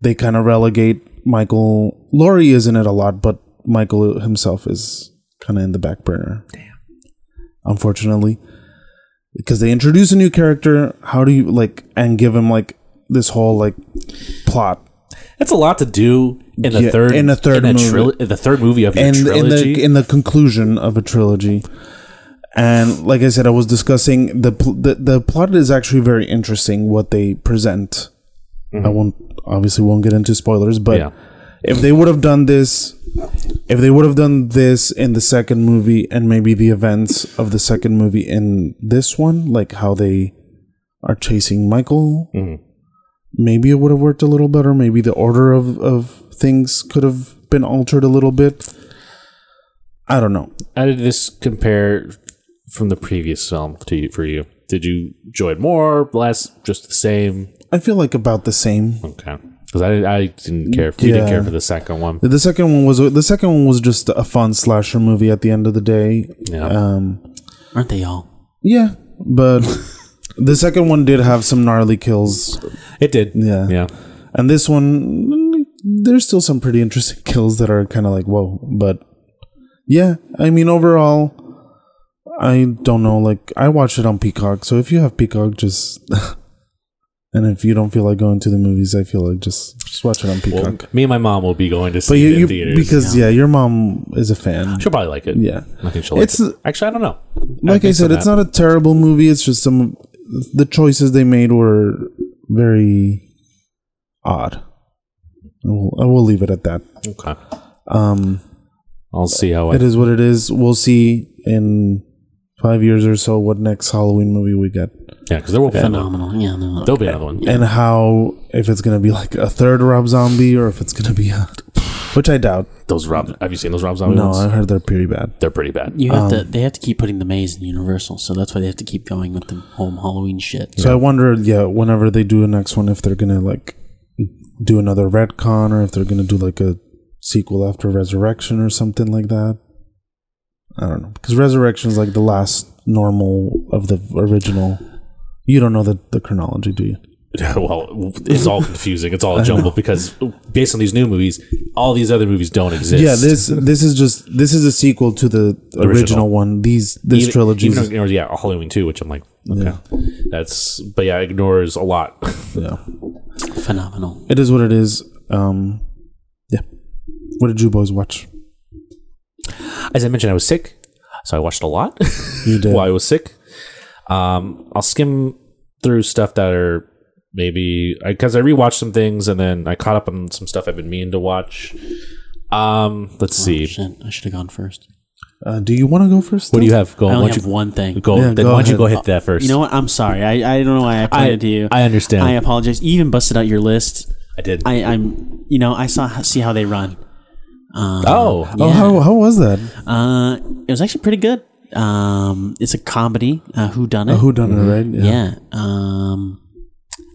E: They kind of relegate Michael. Laurie is in it a lot, but Michael himself is kind of in the back burner. Damn. Unfortunately because they introduce a new character. How do you like and give him like this whole like plot
D: That's a lot to do in the
E: Yeah,
D: third
E: in a third movie.
D: tril- in the third movie of your
E: and in
D: trilogy.
E: the in the conclusion of a trilogy. And like I said, I was discussing the pl- the, the plot is actually very interesting what they present. I won't obviously won't get into spoilers, but
D: Yeah.
E: if they would have done this, if they would have done this in the second movie and maybe the events of the second movie in this one, like how they are chasing Michael,
D: Mm-hmm.
E: maybe it would have worked a little better. Maybe the order of, of things could have been altered a little bit. I don't know.
D: How did this compare from the previous film to you, for you? Did you enjoy it more, less, just the same?
E: I feel like about the same.
D: Okay, because I, I didn't care. We didn't
E: Yeah.
D: care for the second one.
E: The second one was the second one was just a fun slasher movie at the end of the day.
D: Yeah.
E: Um
C: Aren't they all?
E: yeah, but the second one did have some gnarly kills
D: It did.
E: Yeah.
D: Yeah.
E: And this one, mm, there's still some pretty interesting kills that are kind of like, whoa. But yeah, I mean, overall, I don't know. Like, I watched it on Peacock. So if you have Peacock, just. and if you don't feel like going to the movies, I feel like just, just watch it on Peacock.
D: Well, me and my mom will be going to see
E: but you,
D: it in
E: you
D: theaters.
E: because, yeah. your mom is a fan.
D: she'll probably like it.
E: Yeah.
D: I think she'll. Like
E: It's-
D: it. actually I don't know.
E: Like I,
D: think so,
E: said, it's
D: Matt.
E: not a terrible movie. It's just some. The choices they made were very odd. I will, I will leave it at that.
D: Okay.
E: Um,
D: I'll see how I.
E: It is what it is. We'll see in five years or so what next Halloween movie we get,
D: Yeah, because there will be another.
C: Phenomenal. Yeah. No, no.
D: There'll be another one.
E: and how if it's gonna be like a third Rob Zombie or if it's gonna be a, which I doubt.
D: Those Rob. Have you seen those Rob Zombie
E: No,
D: ones?
E: I heard they're pretty bad.
D: They're pretty bad.
C: You have to. They have to keep putting the maze in Universal, so that's why they have to keep going with the home Halloween shit.
E: So I wonder, yeah, whenever they do a next one, if they're gonna like do another retcon or if they're gonna do like a sequel after Resurrection or something like that. I don't know because Resurrection is like the last normal of the original. You don't know the, the chronology, do you?
D: well, it's all confusing. It's all a jumble because based on these new movies, all these other movies don't exist.
E: Yeah, this this is just this is a sequel to the original,
D: original.
E: one. These this
D: even,
E: trilogy.
D: even ignores yeah Halloween two, which I'm like okay, that's but yeah it ignores a lot.
E: yeah,
C: Phenomenal.
E: it is what it is. Um, yeah. What did you boys watch?
D: As I mentioned, I was sick, so I watched a lot
E: You did.
D: while I was sick. Um, I'll skim through stuff that are maybe because I, rewatched some things and then I caught up on some stuff I've been meaning to watch. Um,
E: Oh,
D: let's see.
C: Oh, Shit, I should have gone first.
E: Uh, do you want to go first?
D: What do you have? Go.
C: I
D: on, Why
C: only
D: don't
C: have
D: you
C: one thing.
D: go?
E: Yeah,
D: then
E: go
D: why don't you
E: ahead.
D: go hit that first?
C: You know what? I'm sorry. I, I don't know why I
D: I,
C: pointed to you.
D: I understand.
C: I
D: I,
C: apologize. You even busted out your list.
D: did.
C: I, I'm. You know, I saw see how they run. Um,
D: oh,
E: Oh, how how was that?
C: Uh, it was actually pretty good. Um, it's a comedy. Uh, Who done it?
E: Who done it right?
C: Yeah. Um,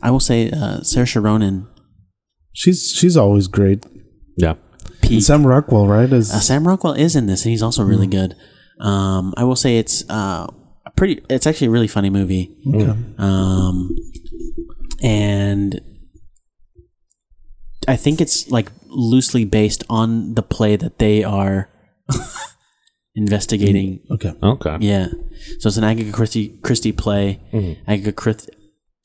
C: I will say uh, Sarah Sharonan.
E: She's she's always great.
D: yeah.
C: Peak.
E: Sam Rockwell, right? Is
C: Uh, Sam Rockwell is in this, and he's also really good. Um, I will say it's uh, a pretty. It's actually a really funny movie. Um, and I think it's like loosely based on the play that they are investigating.
E: okay.
D: Okay.
C: Yeah, so it's an Agatha Christie Christie play. Agatha Christie.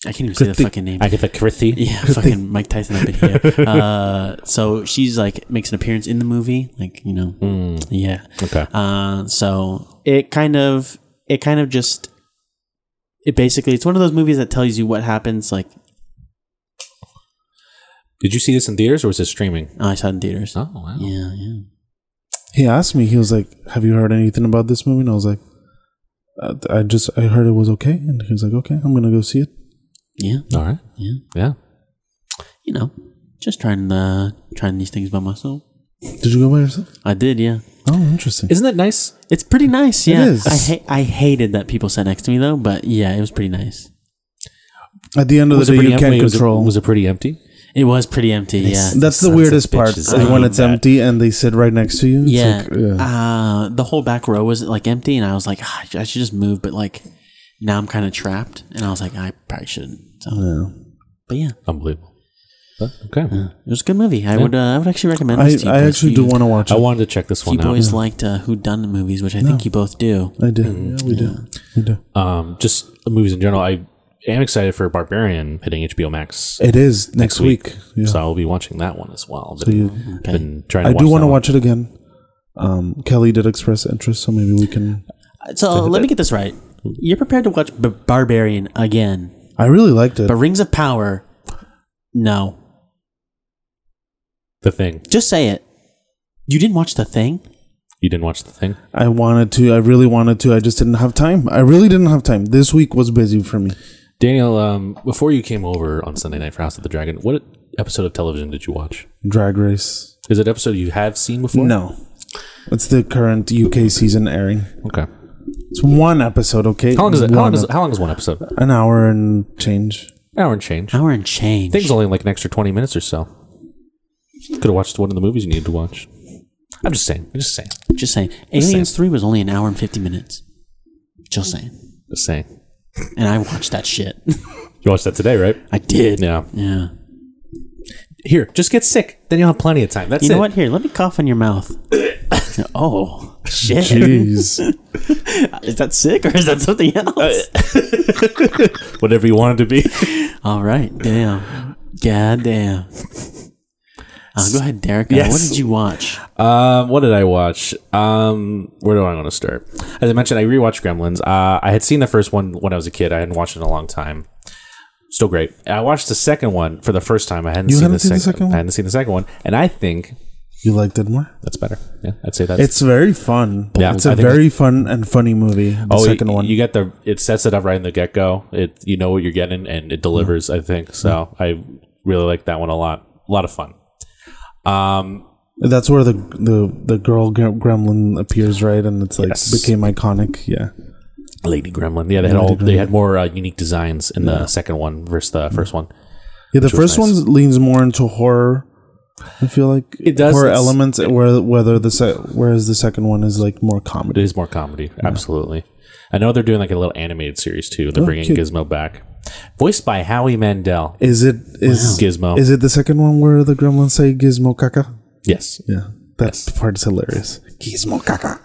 C: I can't even say the
E: Christie.
C: fucking name.
D: Agatha Christie.
C: Yeah, fucking Mike Tyson up in here. Uh, so she's like makes an appearance in the movie, like you know,
D: Mm.
C: yeah.
D: Hmm. Okay.
C: Uh, so it kind of, it kind of just, it basically, it's one of those movies that tells you what happens. Like
D: Did you see this in theaters or was it streaming?
C: oh, I saw it in theaters.
D: Oh wow.
C: Yeah, yeah.
E: He asked me. He was like, "Have you heard anything about this movie?" And I was like, uh, "I just I heard it was okay." And he was like, "Okay, I'm gonna go see it."
C: Yeah,
D: All right.
C: Yeah.
D: Yeah.
C: you know, just trying uh trying these things by myself.
E: Did you go by yourself?
C: I did, yeah.
E: Oh, interesting.
D: Isn't that nice?
C: It's pretty nice,
E: It
C: yeah.
E: is.
C: I ha- I hated that people sat next to me though, but yeah, it was pretty nice.
E: At the end of the
D: Was it
E: day,
D: pretty
E: you
D: em-
E: can't
D: wait, was it-
E: control.
D: Was it pretty empty?
C: It was pretty empty, yeah.
E: That's the
D: Sons of
E: weirdest part
D: bitches.
E: is
D: I
E: when
D: hate
E: it's
D: that.
E: empty and they sit right next to you. It's
C: yeah,
E: like, yeah.
C: Uh, the whole back row was like empty, and I was like, "Ah, I should just move, but like now I'm kind of trapped, and I was like, I probably shouldn't. So,
E: Yeah.
C: but yeah,
D: Unbelievable. But, okay.
C: It was a good movie. I would uh, I would actually recommend
E: I,
C: this to you.
E: I
C: both.
E: actually
C: You-
E: do want to watch
D: I
E: it.
D: wanted to check this
C: You
D: one out.
C: boys liked uh, Who Done movies, which I think you both do.
E: I do. Yeah, we do. We do.
D: um, just the movies in general. I am excited for Barbarian hitting HBO Max
E: It is next, week. Yeah.
D: so I'll be watching that one as well. But
E: you-
D: I've been trying. To
E: I do
D: want to
E: watch it again. Um, Kelly did express interest, so maybe we can.
C: Uh, So let me get this right. You're prepared to watch B- Barbarian again,
E: I really liked it.
C: but Rings of Power, no.
D: The Thing.
C: Just say it. You didn't watch The Thing?
D: You didn't watch The Thing.
E: I wanted to. I really wanted to. I just didn't have time. I really didn't have time. This week was busy for me.
D: Daniel, um, before you came over on Sunday night for House of the Dragon, what episode of television did you watch?
E: Drag Race.
D: Is it episode you have seen before?
E: No, it's the current UK season airing.
D: Okay.
E: It's one episode. Okay.
D: How long is it? How long
E: One
D: is,
E: ep-
D: how long is one episode?
E: An hour and change.
D: hour and change. I
C: Hour and change.
D: think it's only like an extra twenty minutes or so. Could have watched one of the movies you needed to watch. I'm just saying. I'm just saying.
C: Just saying. Aliens 3 was only an hour and 50 minutes. Just saying.
D: Just saying.
C: And I watched that shit.
D: You watched that today, right?
C: I did.
D: Yeah.
C: Yeah.
D: Here, just get sick. Then you'll have plenty of time. That's
C: You
D: it.
C: know what? Here, let me cough in your mouth. oh, shit.
E: Jeez.
C: Is that sick or is that something else?
D: Whatever you want it to be.
C: All right. Damn. God damn. Uh, go ahead, Derek. Uh, What
D: Yes.
C: did you watch?
D: Um, what did I watch? Um, where do I want to start? As I mentioned, I rewatched Gremlins. Uh, I had seen the first one when I was a kid. I hadn't watched it in a long time. Still great. I watched the second one for the first time. I hadn't
E: You
D: seen,
E: haven't
D: the,
E: seen the
D: second,
E: second one?
D: I hadn't seen the second one, and I think
E: you liked it more.
D: that's better. Yeah, I'd say that's
E: It's very fun.
D: Yeah,
E: it's a
D: I think
E: very fun and funny movie. The
D: Oh,
E: second one.
D: You get the it sets it up right in the get go. It you know what you're getting and it delivers.
E: Mm-hmm.
D: I think so. I really like that one a lot. A lot of fun. Um,
E: That's where the the the girl gre- gremlin appears, right? And it's like became iconic. Yeah,
D: Lady Gremlin. Yeah, they had all they had more uh, unique designs in the second one versus the first one.
E: yeah. The first one leans more into horror. I feel like
D: It does,
E: horror
D: it's-
E: elements. where whether the se- whereas the second one is like more
D: It
E: comedy.
D: is more comedy, absolutely. I know they're doing like a little animated series too. They're bringing
E: cute.
D: Gizmo back, voiced by Howie Mandel.
E: Is it is
D: Gizmo.
E: Is it the second one where the gremlins say Gizmo caca?
D: Yes,
E: Yeah, that part is hilarious. Gizmo caca.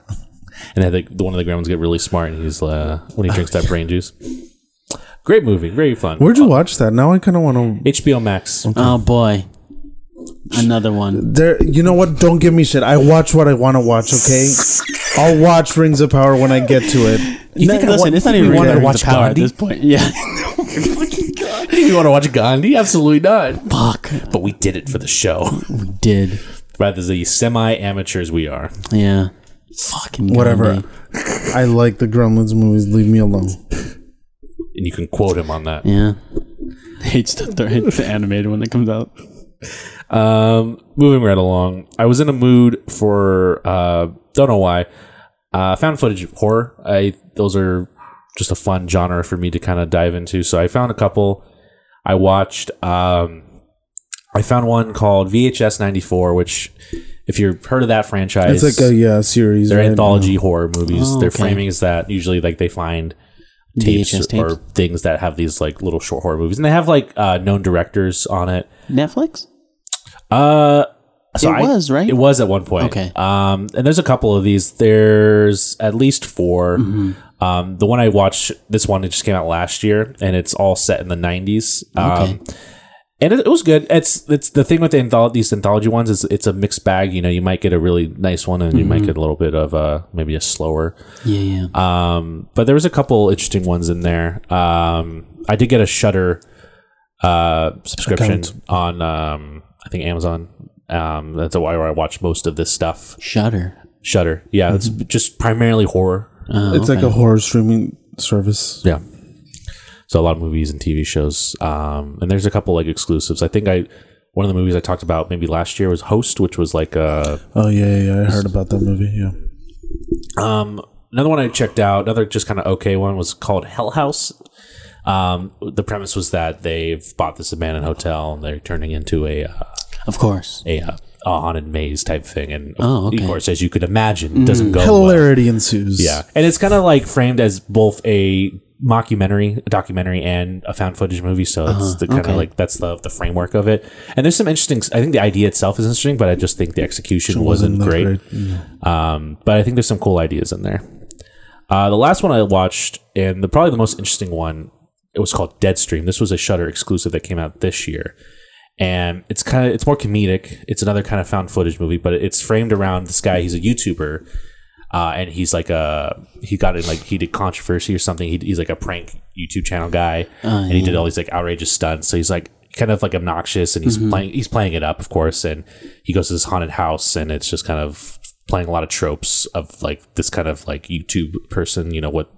D: and I think the one of the gremlins get really smart, and he's uh, when he drinks that brain juice. Great movie, very fun.
E: Where'd you watch that? Now I kind of want to.
D: HBO Max.
C: Oh, boy. Another one.
E: There, you know what? Don't give me shit. I watch what I want to watch. Okay, I'll watch Rings of Power when I get to it.
C: You
D: think I want-
C: it's
D: you
C: not
D: think
C: even
D: we wanna
C: really
D: watch
C: watch power
D: Gandhi?
C: at this point. Yeah.
D: you want to watch Gandhi? Absolutely not.
C: Fuck.
D: But we did it for the show.
C: We did.
D: Rather the semi amateurs we are.
C: Yeah. Fucking
E: Whatever.
C: Gandhi.
E: I like the Gremlins movies. Leave me alone.
D: And you can quote him on that.
C: Yeah. Hates the third hates the animated when that comes out.
D: Um, moving right along, I was in a mood for uh, don't know why. Uh, found footage of horror. I those are just a fun genre for me to kind of dive into. So I found a couple. I watched. Um, I found one called VHS '94, which, if you've heard of that franchise,
E: It's like a yeah series.
D: they're
E: right?
D: anthology horror movies.
C: Oh,
D: Their
C: okay.
D: framing is that usually like they find tapes
C: VHS
D: or
C: tapes.
D: things that have these like little short horror movies, and they have like uh, known directors on it.
C: Netflix?
D: Uh, so
C: It
D: I-
C: was, right?
D: It was at one point.
C: Okay.
D: Um, and there's a couple of these. There's at least 4
C: Mm-hmm.
D: Um, the one I watched, this one, it just came out last year, and it's all set in the 90s. Um,
C: Okay.
D: and it, it was good. It's it's the thing with the antholo- these anthology ones is it's a mixed bag. You know, you might get a really nice one, and you
C: Mm-hmm.
D: might get a little bit of uh maybe a slower.
C: Yeah, yeah.
D: Um, but there was a couple interesting ones in there. Um, I did get a Shutter uh, subscription
E: Account.
D: on um, I think Amazon. Um, that's why I watch most of this stuff.
C: Shutter.
D: Shutter, yeah, it's just primarily horror.
E: It's
D: Oh,
E: like a horror streaming service.
D: Yeah, so a lot of movies and TV shows. Um, and there's a couple like exclusives. I think I one of the movies I talked about maybe last year was Host, which was like a
E: Oh yeah, yeah, yeah. I heard about that movie. Yeah.
D: Um, another one I checked out, another just kind of okay one, was called Hell House. Um, the premise was that they've bought this abandoned hotel and they're turning into a uh,
C: Of course.
D: a, uh, a haunted maze type thing, and
C: Oh, okay. Mm.
D: of course, as Oh, you could imagine, it doesn't go well.
E: Hilarity ensues.
D: Yeah, and it's kind of like framed as both a mockumentary, a documentary, and a found footage movie. So it's the kind of
C: okay.
D: like that's the the framework of it. And there's some interesting. I think the idea itself is interesting, but I just think the execution wasn't
E: that
D: great.
E: Yeah.
D: Um, but I think there's some cool ideas in there. Uh, the last one I watched, and the probably the most interesting one, it was called Deadstream. This was a Shutter exclusive that came out this year, and it's kind of it's more comedic. It's another kind of found footage movie, but it's framed around this guy. He's a YouTuber, uh, and he's like a he got in like he did controversy or something. He, he's like a prank YouTube channel guy,
C: Oh,
D: and he did all these like outrageous stunts. So he's like kind of like obnoxious, and he's
C: Mm-hmm.
D: playing he's playing it up, of course. And he goes to this haunted house, and it's just kind of playing a lot of tropes of like this kind of like YouTube person, you know what,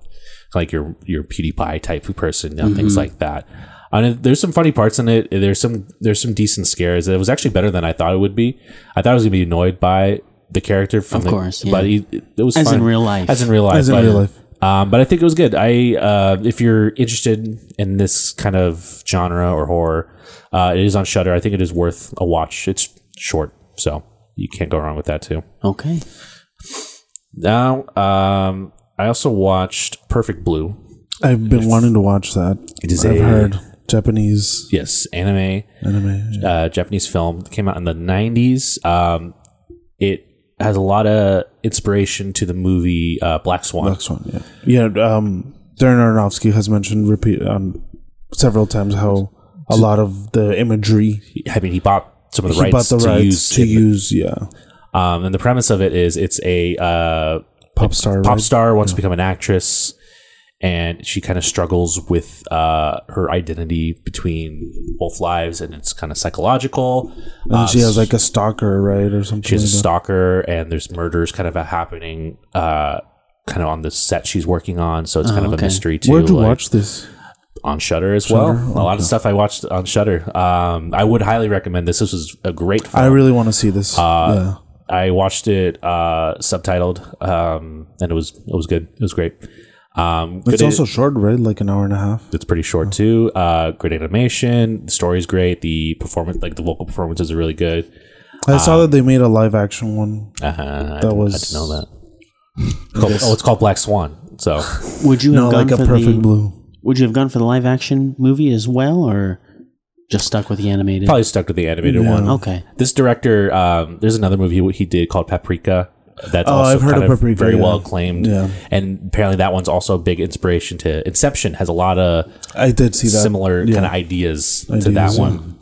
D: like your your PewDiePie type of person, you know,
C: Mm-hmm.
D: things like that. And it- there's some funny parts in it. There's some there's some decent scares. It was actually better than I thought it would be. I thought I was gonna be annoyed by the character from
C: Of
D: the-
C: course, yeah.
D: but he, it was
C: As in
D: fun.
C: real life.
D: as in real life,
E: As in
D: but-
E: real life.
D: Um, but I think it was good. I uh, if you're interested in this kind of genre or horror, uh, it is on Shutter. I think it is worth a watch. It's short, so you can't go wrong with that too.
C: Okay.
D: Now, um, I also watched Perfect Blue.
E: I've been wanting to watch that.
D: It is
E: I've
D: a-
E: heard Japanese
D: Yes, anime,
E: anime. yeah.
D: uh, Japanese film that came out in the '90s. Um, it has a lot of inspiration to the movie uh, Black Swan.
E: Next one, yeah, yeah. Um, Darren Aronofsky has mentioned repeat um, several times how a lot of the imagery
D: I mean, he bought some of the
E: he
D: rights
E: bought the
D: to
E: rights
D: use.
E: to
D: in the-
E: use. yeah,
D: um, and the premise of it is it's a uh,
E: pop star.
D: pop
E: right?
D: star wants to become an actress and she kind of struggles with uh, her identity between both lives and it's kind of psychological
E: And she has like a stalker, right, or something.
D: she has a
E: like that.
D: stalker and there's murders kind of happening uh, kind of on the set she's working on so it's kind of
C: okay.
D: a mystery too
E: Oh, Where'd you
D: like, uh,
E: watch this?
D: on shutter as well a lot of stuff i watched on shutter um, i would highly recommend this this was a great film.
E: I really want to see this.
D: uh,
E: yeah.
D: I watched it uh, subtitled, um, and it was it was good. It was great. Um,
E: It's
D: good-
E: also Oh. short, right? Like an hour and a half.
D: it's pretty short too. Uh, great animation. The story's great. The performance, like the vocal performances, are really good.
E: I saw that they made a live action one.
D: Uh, Um, I,
E: That
D: didn't- I
E: was-
D: didn't know that. It's called- oh, it's called Black Swan. So
C: Would you
E: No,
C: have gone
E: like a
C: for
E: perfect
C: the,
E: blue.
C: Would you have gone for the live action movie as well, or just stuck with the animated? Mm.
D: probably stuck to the animated one.
C: Okay.
D: This director, um, there's another movie he did called Paprika. That's
E: Oh,
D: also
E: I've heard
D: kind
E: of
D: of
E: Paprika,
D: very
E: yeah.
D: well acclaimed.
E: Yeah.
D: And apparently that one's also a big inspiration to Inception. Has a lot of
E: I did see that.
D: similar
E: yeah.
D: kind of ideas, to
E: Ideas,
D: that
E: yeah.
D: one.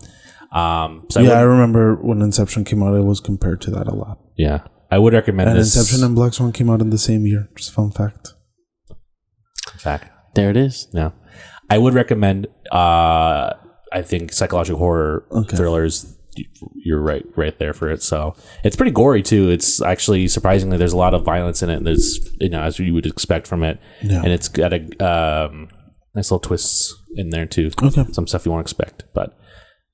D: Um, so
E: Yeah, I
D: I would,
E: remember when Inception came out, it was compared to that a lot.
D: yeah, I would recommend
E: And
D: this.
E: Inception and Black Swan came out in the same year. Just fun fact.
D: fact,
C: There it is.
D: no, I would recommend. Uh, I think psychological horror
E: Okay.
D: thrillers. y- You're right, right there for it. So it's pretty gory too. It's actually surprisingly there's a lot of violence in it. There's you know as you would expect from it,
E: Yeah.
D: and it's got a um, nice little twists in there too.
E: Okay.
D: Some stuff you won't expect, but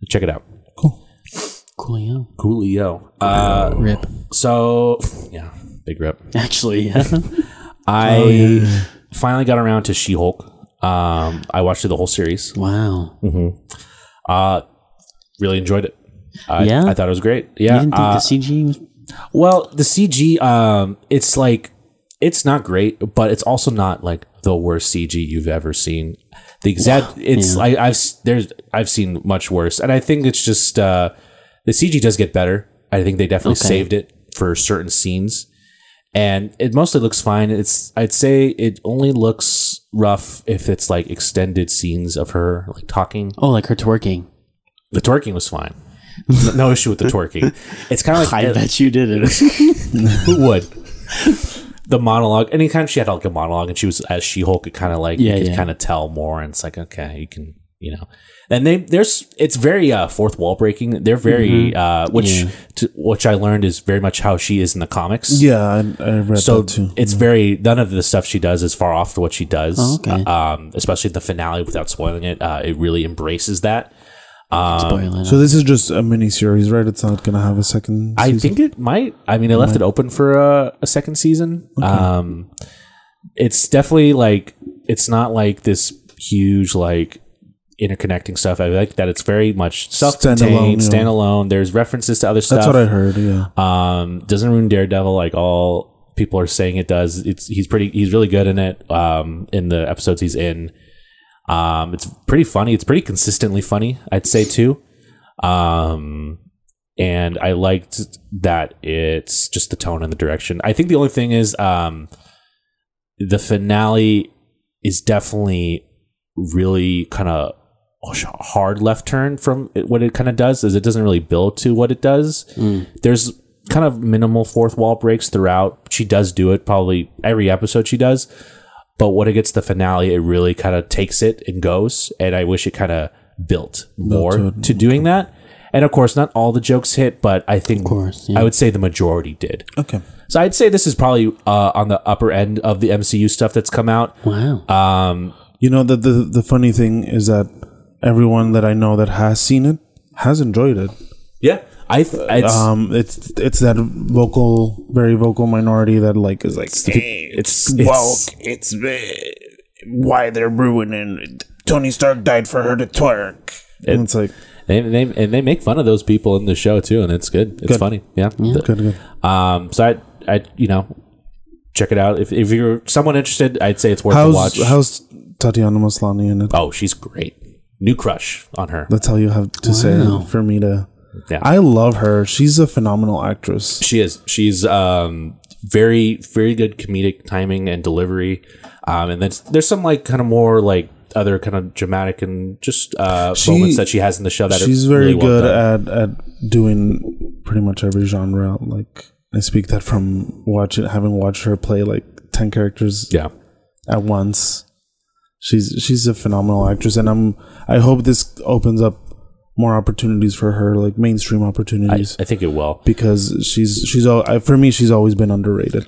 D: check it out.
E: Cool.
C: Coolio.
D: Coolio. Uh,
C: Rip.
D: So yeah, big rip.
C: Actually,
D: Uh,
C: yeah.
D: I
C: Oh,
D: finally got around to She Hulk. Um, I watched through the whole series.
C: wow. You
D: Uh, really enjoyed it. I,
C: Yeah?
D: I thought it was great. Yeah.
C: didn't think
D: uh,
C: the CG was
D: well, the CG, um, it's like it's not great, but it's also not like the worst CG you've ever seen. The exact, it's like I've s- there's I've seen much worse, and I think it's just uh, the CG does get better. I think they definitely
C: Okay.
D: saved it for certain scenes, and it mostly looks fine. It's I'd say it only looks rough if it's like extended scenes of her like talking.
C: oh, like her twerking.
D: The twerking was fine. No- No issue with the twerking. It's kind of like
C: I bet you did it.
D: who would? the monologue. Anytime she had like a monologue, and she was as She Hulk, it kind of like
C: Yeah,
D: you could
C: yeah.
D: kind of tell more. And it's like okay, you can you know. And they there's it's very uh, fourth wall breaking. They're very
C: Mm-hmm.
D: uh, which to, which I learned is very much how she is in the comics.
E: Yeah, I, I read
D: So
E: that too.
D: it's very none of the stuff she does is far off to what she does.
C: Oh, okay.
D: Uh, um, especially the finale without spoiling it. Uh, it really embraces that. Um,
C: Spoiler.
E: So this is just a mini series, right? It's not gonna have a second.
D: I
E: season.
D: think it might. I mean, they left it open for a, a second season. Um, it's definitely like it's not like this huge like interconnecting stuff. I like that it's very much self-contained,
E: Standalone,
D: standalone.
E: yeah.
D: There's references to other stuff.
E: that's what I heard. Yeah,
D: Um, doesn't ruin Daredevil like all people are saying it does. It's he's pretty he's really good in it. Um, in the episodes he's in, um, it's pretty funny. It's pretty consistently funny, I'd say too. Um, and I liked that it's just the tone and the direction. I think the only thing is, um, the finale is definitely really kind of hard left turn from it- what it kind of does is it doesn't really build to what it does there's kind of minimal fourth wall breaks throughout she does do it probably every episode she does but when it gets to the finale it really kind of takes it and goes and i wish it kind of built more
E: to
D: to,
E: it.
D: doing that and of course not all the jokes hit but i think
C: course, yeah.
D: i would say the majority did
E: Okay.
D: so i'd say this is probably uh, on the upper end of the mcu stuff that's come out
C: Wow.
D: um,
E: You know that the the funny thing is that everyone that I know that has seen it has enjoyed it.
D: yeah i th- it's,
E: Um, it's it's that vocal, very vocal minority that like is like hey,
D: it's-
E: it's
D: it's-
E: woke, it's uh, why they're ruining. It. Tony Stark died for her to twerk, and it's like
D: They, they and they make fun of those people in the show too, and it's good. It's
E: Good.
D: funny. Yeah.
E: good, good.
D: Um. So I, I, you know, check it out. If, if you're someone interested, I'd say it's worth a
E: How's
D: watch.
E: how's Tatiana Maslany in it?
D: oh, she's great. New crush on her.
E: That's how you have to say it for me to.
D: Yeah.
E: I love her. She's a phenomenal actress.
D: She is. She's um very very good comedic timing and delivery. Um, and then s- there's some like kind of more like other kind of dramatic and just uh
E: She-
D: moments that she has in the show that are
E: She's very
D: really well
E: good
D: done.
E: at at doing pretty much every genre. Like I speak that from watching having watched her play like ten characters
D: yeah.
E: at once. She's she's a phenomenal actress, and I'm I hope this opens up more opportunities for her, like mainstream
D: I,
E: opportunities,
D: I think it will.
E: because she's she's al- I- for me she's always been underrated.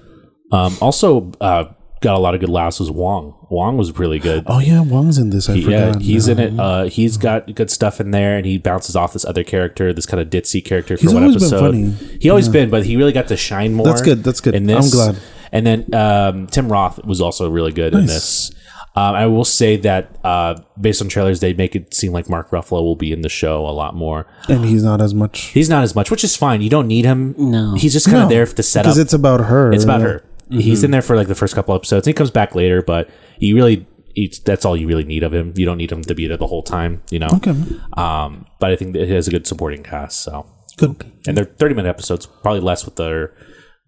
D: Um, also uh, got a lot of good laughs was Wong. Wong was really good.
E: Oh yeah, Wong's in this. I
D: yeah,
E: forgot.
D: he's in it. Uh, he's got good stuff in there, and he bounces off this other character, this kind of ditzy character for
E: He's
D: one
E: always been
D: episode.
E: funny.
D: He always been, but he really got to shine more.
E: That's good, that's good.
D: In
E: I'm
D: this,
E: glad.
D: And then um, Tim Roth was also really good in
E: Nice.
D: this. Um, I will say that uh, based on trailers, they make it seem like Mark Ruffalo will be in the show a lot more.
E: and he's not as much
D: He's not as much, which is fine. You don't need him.
C: No.
D: he's just kind of
E: No,
D: there to set up.
E: because it's about her.
D: It's about
E: yeah.
D: her. He's
E: Mm-hmm.
D: in there for like the first couple episodes. He comes back later, but he really he's, that's all you really need of him. You don't need him to be there the whole time, you know.
E: Okay,
D: Um, but I think that he has a good supporting cast. So,
E: good.
D: and they're thirty minute episodes, probably less with their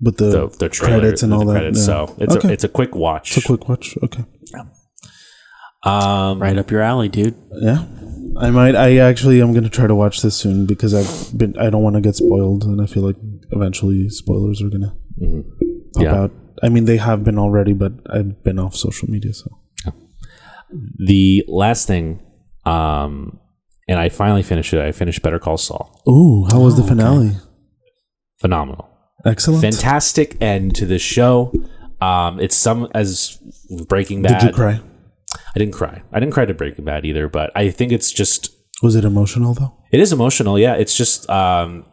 E: But the,
D: the, their trailer,
E: credits and
D: the
E: all that.
D: credits.
E: yeah.
D: So it's
E: okay.
D: a it's a quick watch.
E: It's a quick watch. Okay.
D: um,
C: right up your alley, dude.
E: Yeah. I might. I actually am going to try to watch this soon because I've been. I don't want to get spoiled, and I feel like eventually spoilers are going to pop
D: Mm-hmm. Yeah.
E: out. I mean, they have been already, but I've been off social media, so
D: the last thing, um, and I finally finished it. I finished Better Call Saul.
E: ooh, how was the finale?
D: Phenomenal.
E: Oh, Excellent.
D: Fantastic end to this show. Um, it's some as Breaking Bad.
E: Did you cry?
D: I didn't cry. I didn't cry to Breaking Bad either, but I think it's just
E: Was it emotional though?
D: it is emotional. Yeah, it's just um,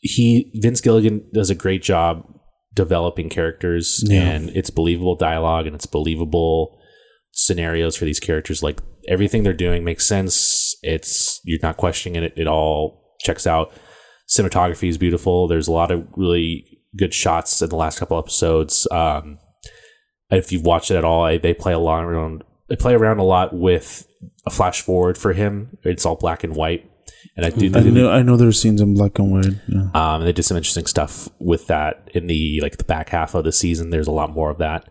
D: he Vince Gilligan does a great job developing characters,
E: Yeah.
D: and it's believable dialogue and it's believable scenarios for these characters. Like everything they're doing makes sense. It's you're not questioning it. It all checks out. Cinematography is beautiful. There's a lot of really good shots in the last couple episodes. Um, if you've watched it at all, I, they play a lot around. They play around a lot with a flash forward for him. It's all black and white, and I do.
E: I know. I know there's scenes in black and white. Yeah.
D: Um, and they did some interesting stuff with that in the like the back half of the season. There's a lot more of that,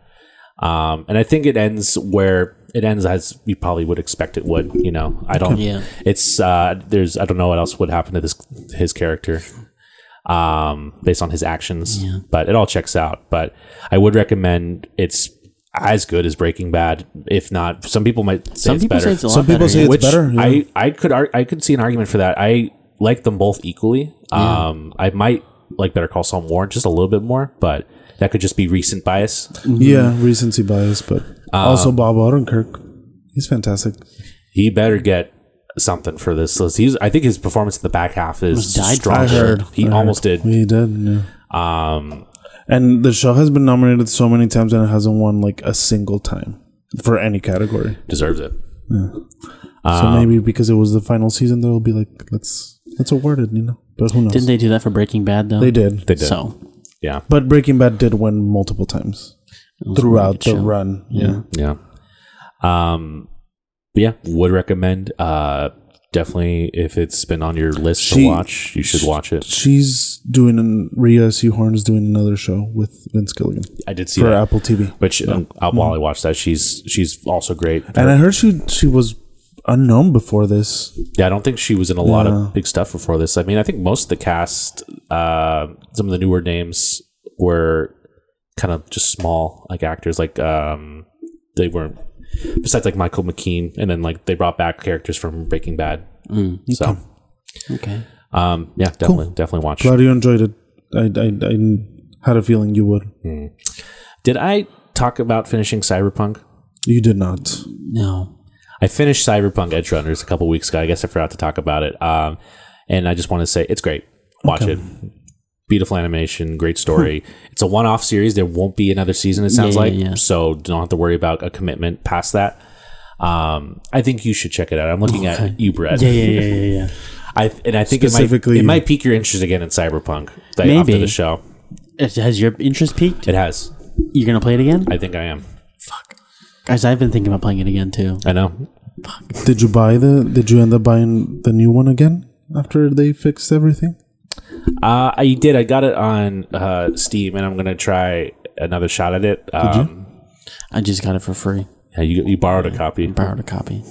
D: um, and I think it ends where it ends as you probably would expect it would. You know, I don't.
C: Yeah.
D: It's uh, there's I don't know what else would happen to this his character, um, based on his actions. But it all checks out. But I would recommend it's as good as Breaking Bad, if not. Some people might say
C: Some
D: it's
C: people
D: better.
C: say it's a lot
E: Some people
C: better.
E: say
C: yeah.
E: it's better. yeah.
D: I, I could ar- I could see an argument for that. I like them both equally. Um, I might like Better Call Saul more, just a little bit more, but that could just be recent bias.
E: yeah, recency bias, but
D: Uh,
E: also Bob Odenkirk. He's fantastic.
D: He better get something for this. So he's, I think his performance in the back half
C: Almost
D: is
C: died for
D: stronger.
E: I heard.
D: he
E: I heard.
D: almost did.
E: He did. Yeah.
D: Um,
E: And the show has been nominated so many times and it hasn't won like a single time for any category.
D: deserves it.
E: so
D: Um,
E: maybe because it was the final season, they'll be like, let's let's award it, you know. But who knows?
C: Didn't they do that for Breaking Bad though?
E: They did.
D: They did.
C: So
D: Yeah.
E: But Breaking Bad did win multiple times
C: It was a really
E: throughout
C: good
E: the
C: show.
E: run. Yeah.
D: Yeah. Um but yeah, would recommend. Uh definitely if it's been on your list
E: She-
D: to watch, you should watch it.
E: She's doing an Rhea Seahorn's doing another show with Vince Gilligan
D: I did see
E: for
D: that.
E: Apple TV.
D: Which um, uh, while I watched that, she's she's also great.
E: And I heard she she was unknown before this.
D: Yeah, I don't think she was in a lot of big stuff before this. I mean, I think most of the cast, uh, some of the newer names were kind of just small, like actors. Like um, they weren't. Besides, like Michael McKean, and then like they brought back characters from Breaking Bad. So,
C: Okay.
D: um, yeah, definitely, definitely watch.
E: Glad you enjoyed it. I, I, I had a feeling you would.
D: Did I talk about finishing Cyberpunk?
E: You did not.
C: No.
D: I finished Cyberpunk Edge Runners a couple weeks ago. I guess I forgot to talk about it. Um, and I just want to say it's great. Watch it. Beautiful animation, great story. it's a one-off series. There won't be another season. It sounds
C: Hmm. yeah,
D: like
C: yeah.
D: so. Don't have to worry about a commitment past that. Um, I think you should check it out. I'm looking at you, Brett.
C: Yeah, yeah, yeah, yeah, yeah.
D: I and I think it might,
E: Specifically-
D: it might pique your interest again in Cyberpunk. Like, after
C: Maybe.
D: the show,
C: Has- Has your interest peaked?
D: it has.
C: You're gonna play it again,
D: I think I am.
C: guys? I've been thinking about playing it again too.
D: I know.
E: Did you buy the? Did you end up buying the new one again after they fixed everything?
D: Uh, I did. I got it on uh, Steam, and I'm gonna try another shot at it. Um,
C: I just got it for free.
D: Yeah, you, you borrowed a copy.
C: Borrowed a copy.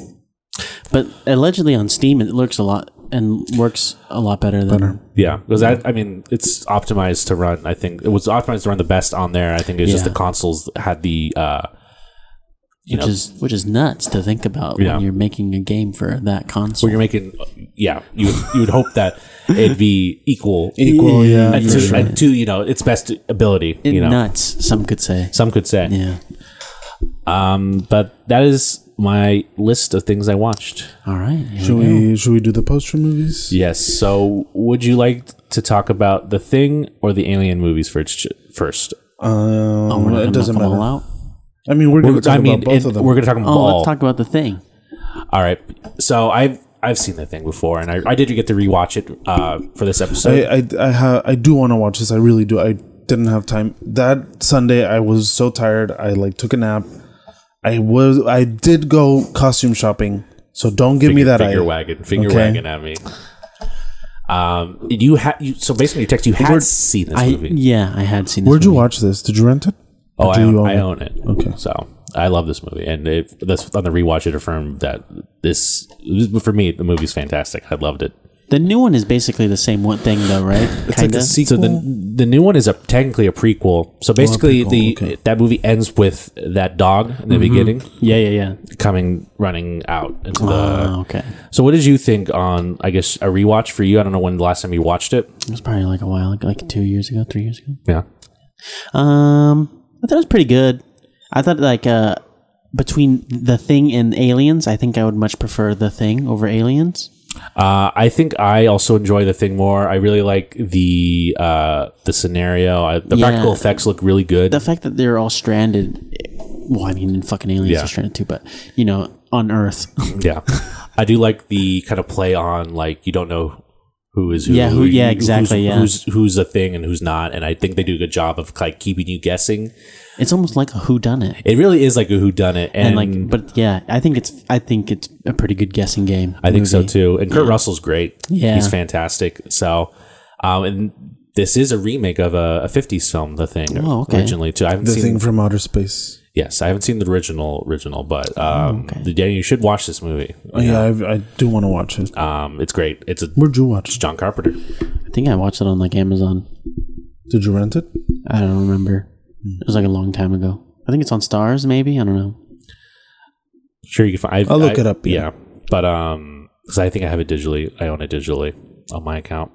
C: But allegedly on Steam, it looks a lot and works a lot better than.
D: Yeah, because I, I mean, it's optimized to run. I think it was optimized to run the best on there. I think it's just
C: Yeah.
D: the consoles had the uh, you
C: Which
D: know
C: is which is nuts to think about
D: Yeah.
C: when you're making a game for that console.
D: where you're making. Yeah, you you would hope that it'd be equal,
E: Equal, yeah,
D: and
E: for
D: to,
E: sure.
D: and to you know its best ability.
C: It-
D: you know,
C: nuts, some could say.
D: some could say.
C: Yeah.
D: Um, but that is my list of things I watched.
C: All right. here
E: Should
C: we go.
E: we should we do the poster movies?
D: Yes. So, would you like to talk about the thing or the alien movies first? First,
C: Oh,
E: Um,
C: we're not gonna
E: it doesn't
C: knock them
E: matter.
C: all out.
E: I mean, we're going to
D: I
E: talk
D: mean,
E: about both
D: it-
E: of them.
D: we're going to talk about
C: Oh,
D: all.
C: let's talk about the thing.
D: All right. So I've I've seen the thing before, and I, I did get to rewatch it uh, for this episode.
E: I I I, ha- I do want to watch this. I really do. I didn't have time that Sunday. I was so tired. I like took a nap. I was. I did go costume shopping. So don't give me that
D: finger
E: eye.
D: wagon, finger
E: Okay.
D: wagon at me. Um, you had you so basically your text you had seen this
C: I
D: movie.
C: yeah, I had seen. This
E: Where'd you
C: movie.
E: watch this? Did you rent it?
D: Oh,
E: Or
D: I
E: do
D: own,
E: you
D: I
E: it?
D: own it.
E: Okay.
D: so I love this movie, and it, this on the rewatch it affirmed that this for me the movie's fantastic. I loved it.
C: The new one is basically the same one thing though, right?
E: It's like a sequel. Oh,
D: So the the new one is a technically a prequel. So basically,
E: prequel,
D: the
E: okay. Mm-hmm.
D: that movie ends with that dog in the beginning
C: yeah, yeah, yeah.
D: coming running out into the
E: Ah.
C: Oh, okay.
D: So, what did you think on, I guess, a rewatch for you? I don't know when the last time you watched it.
C: It was probably like a while ago, like two years ago, three years ago.
D: Yeah.
C: Um, I thought it was pretty good. I thought like uh, between the thing and aliens, I think I would much prefer the thing over aliens.
D: Uh, I think I also enjoy the thing more. I really like the uh, the scenario. I, the
C: Yeah.
D: practical effects look really good.
C: The fact that they're all stranded. Well, I mean, fucking aliens
D: Yeah.
C: are stranded too, but you know, on Earth.
D: yeah. I do like the kind of play on, like, you don't know who is who.
C: Yeah, who- yeah,
D: who's-
C: exactly, yeah.
D: Who's, who's a thing and who's not. And I think they do a good job of, like, keeping you guessing.
C: it's almost like a whodunit.
D: It really is like a whodunit.
C: and
D: And,
C: like
D: like,
C: but yeah i think it's i think it's a pretty good guessing game
D: I think so
C: movie.
D: too. And Kurt Russell's great.
C: Yeah.
D: he's fantastic. So, um, and this is a remake of a, a '50s film, The Thing,
C: Oh, okay.
D: originally too. I haven't
E: The
D: seen.
E: thing from outer space.
D: yes, I haven't seen the original original, but um,
C: Oh,
D: yeah, you should watch this movie.
E: Oh, yeah, I've, I do want to watch it.
D: Um, it's great. It's a
E: Where'd you watch?
D: it's
E: it?
D: John Carpenter.
C: i think i watched it on like amazon
E: Did you rent it?
C: i don't remember it was like a long time ago i think it's on stars maybe i don't know
D: Sure, you can find. I,
E: I'll look
D: I-
E: it up, yeah.
D: Yeah, but um, because I think I have it digitally. I own it digitally on my account.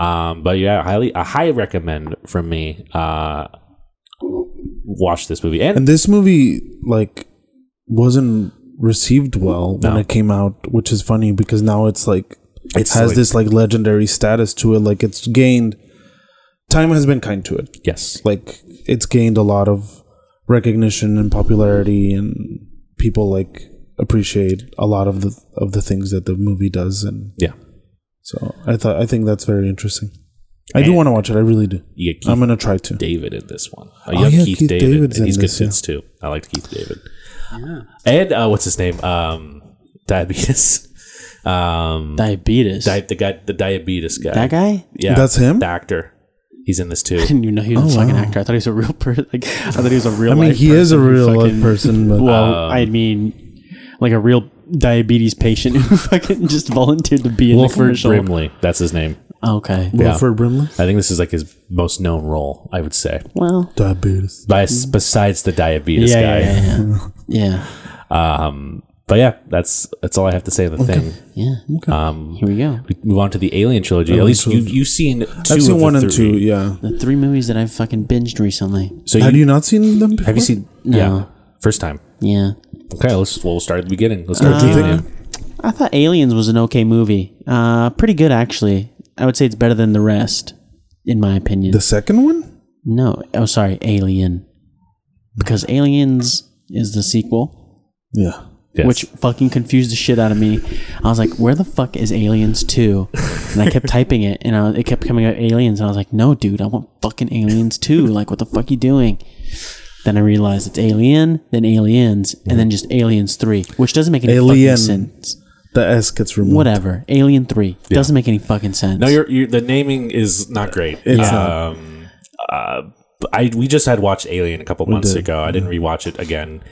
D: Um, but yeah, highly, a high recommend from me. Uh, watch this movie and
E: And this movie like wasn't received well when it came out, which is funny because now it's like it
D: It's
E: has
D: like-
E: this like legendary status to it. Like it's gained time has been kind to it.
D: yes,
E: Like it's gained a lot of recognition and popularity and people like appreciate a lot of the of the things that the movie does and
D: yeah.
E: so I thought I think that's very interesting. I do want to watch it. I really do.
D: You get Keith
E: I'm gonna try to.
D: David in this one. A
E: Oh,
D: young
E: yeah,
D: Keith,
E: Keith
D: David.
E: David's
D: and
E: in
D: he's good
E: this, yeah.
D: fits too. I liked Keith David. And uh, what's his name? Um, diabetes. Um,
C: Diabetes.
D: di- the guy, the diabetes guy.
C: that guy?
D: Yeah,
E: That's him?
D: The actor. He's in this too.
C: I didn't even know he was a
E: Oh,
C: fucking
E: wow.
C: actor. I thought he was a real person. Like I thought he was a real.
E: I mean,
C: life
E: he is a
C: person who
E: real life
C: fucking-
E: person, but- um,
C: well, I mean, like a real diabetes patient who fucking just volunteered to be in the
D: Wilford
C: commercial. Oh,
D: Brimley. That's his name.
C: Okay.
D: Yeah.
E: Wilford Brimley.
D: I think this is like his most known role. I would say.
C: Well.
E: Diabetes.
D: By, besides the diabetes
C: Mm-hmm. yeah,
D: guy.
C: yeah, yeah, yeah.
D: Um, but yeah, that's that's all I have to say on the thing.
C: Yeah. Yeah.
D: Um,
C: Here we go.
D: we move on to the Alien trilogy. At least you
E: trilogy.
D: you've seen 2
E: I've
D: of
E: seen
D: the
E: one and
D: three.
E: two. Yeah.
C: The three movies that I've fucking binged recently.
D: So
E: Have you not seen them? Before?
D: have you seen?
C: No.
D: Yeah, first time.
C: Yeah.
D: Okay, let's we'll start at the beginning. Let's start
E: Uh,
D: with the
E: do you
D: Alien.
C: I thought Aliens was an okay movie. Uh, pretty good actually. I would say it's better than the rest, in my opinion.
E: the second one?
C: no, oh sorry, Alien, because Aliens is the sequel,
E: Yeah.
D: Yes.
C: which fucking confused the shit out of me. I was like, where the fuck is Aliens Two? And I kept typing it, and I, it kept coming up Aliens, and I was like, no, dude, I want fucking Aliens Two. Like, what the fuck you doing? Then I realized it's Alien, then Aliens, and then just Aliens Three, which doesn't make any fucking
E: Alien.
C: sense.
E: The S gets removed.
C: Whatever. Alien 3. Doesn't make any fucking sense.
D: no, you're, you're the naming is not great.
E: It's not.
D: um, uh, but I we just had watched Alien a couple months
E: did. Mm-hmm.
D: ago. I didn't rewatch it again.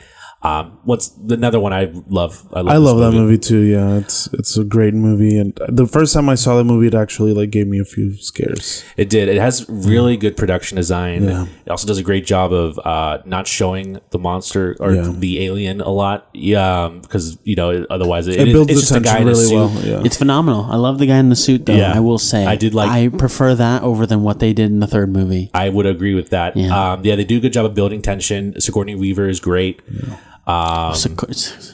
D: Um, what's another one I love? I love, this
E: I love that movie too. Yeah, it's it's a great movie, and the first time I saw that movie, it actually like gave me a few scares.
D: It did. It has really good production design.
E: Mm. Yeah.
D: It also does a great job of uh, not showing the monster or
E: Yeah.
D: the alien a lot. Yeah, um, because you know otherwise it,
E: It, builds
D: it's just
E: the
D: a guy in
E: tension
D: a
E: really
D: suit.
E: well. Yeah,
C: It's phenomenal. I love the guy in the suit, though.
D: Yeah.
C: I will say.
D: I did like-
C: I prefer that over than what they did in the third movie.
D: I would agree with that.
C: Yeah.
D: Um, yeah, they do a good job of building tension. Sigourney Weaver is great.
E: Mm.
D: Um,
C: So- it's-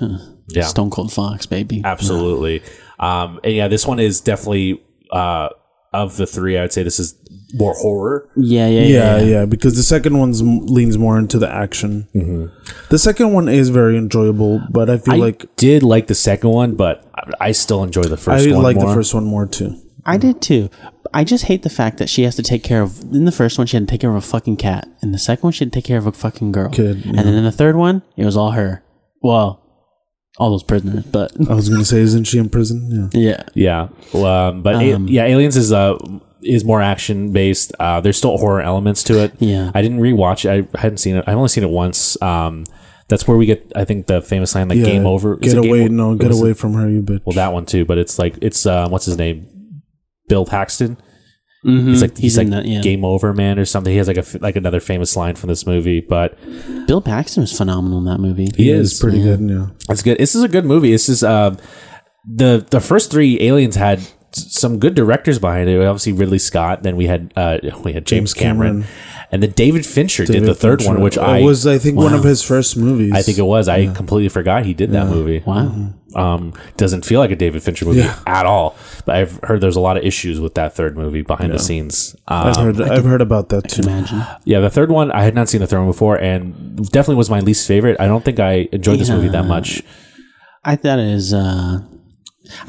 D: Yeah.
C: Stone Cold Fox, baby.
D: absolutely. Um, and yeah, this one is definitely uh, of the three. I would say this is more horror.
C: Yeah, yeah, yeah.
E: yeah,
C: yeah.
E: yeah. Because the second one's m- leans more into the action. The second one is very enjoyable, but I feel
D: Mm-hmm. I
E: like
D: did like the second one, but I- I still enjoy the
E: I
D: first one
E: like
D: more.
E: the first one more too.
C: I did too. I just hate the fact that she has to take care of. In the first one, she had to take care of a fucking cat. In the second one, she had to take care of a fucking girl.
E: Kid,
C: And then in the third one, it was all her. Well, all those prisoners, but
E: I was gonna say, isn't she in prison? Yeah.
C: yeah.
D: Yeah, Well, um, but a- yeah, Aliens is uh, is more action based. Uh, there's still horror elements to it.
C: Yeah.
D: I didn't rewatch it. I hadn't seen it. I've only seen it once. Um, that's where we get, I think, the famous line like
E: Yeah,
D: "Game over." Is
E: Get
D: it game
E: away!
D: o-
E: no,
D: what
E: get
D: is it?
E: away from her, you bitch.
D: Well, that one too. But it's like it's uh, what's his name, Bill Paxton. He's like he's,
C: Mm-hmm. Mm, He's
D: like
C: in that, yeah.
D: Game Over Man or something. He has like a f- like another famous line from this movie, but
C: Bill Paxton was phenomenal in that movie.
D: he
E: it's pretty good. Yeah.
D: It's good. This is a good movie. This is um, the the first three Aliens had s- some good directors behind it. Obviously Ridley Scott. Then we had uh, we had James,
E: James
D: Cameron,
E: Cameron.
D: and then David Fincher did the third one, which
E: It
D: I
E: was, I think, one of his first movies.
D: I think it was. I completely forgot he did that movie.
C: Wow.
D: Um, doesn't feel like a David Fincher movie
E: Mm-hmm. Yeah.
D: at all. But I've heard there's a lot of issues with that third movie behind the scenes. Um,
E: I've heard. I've heard about that too.
C: Imagine.
D: yeah, the third one I had not seen the third one before, and definitely was my least favorite. I don't think I enjoyed this movie that much.
C: I thought it was. Uh,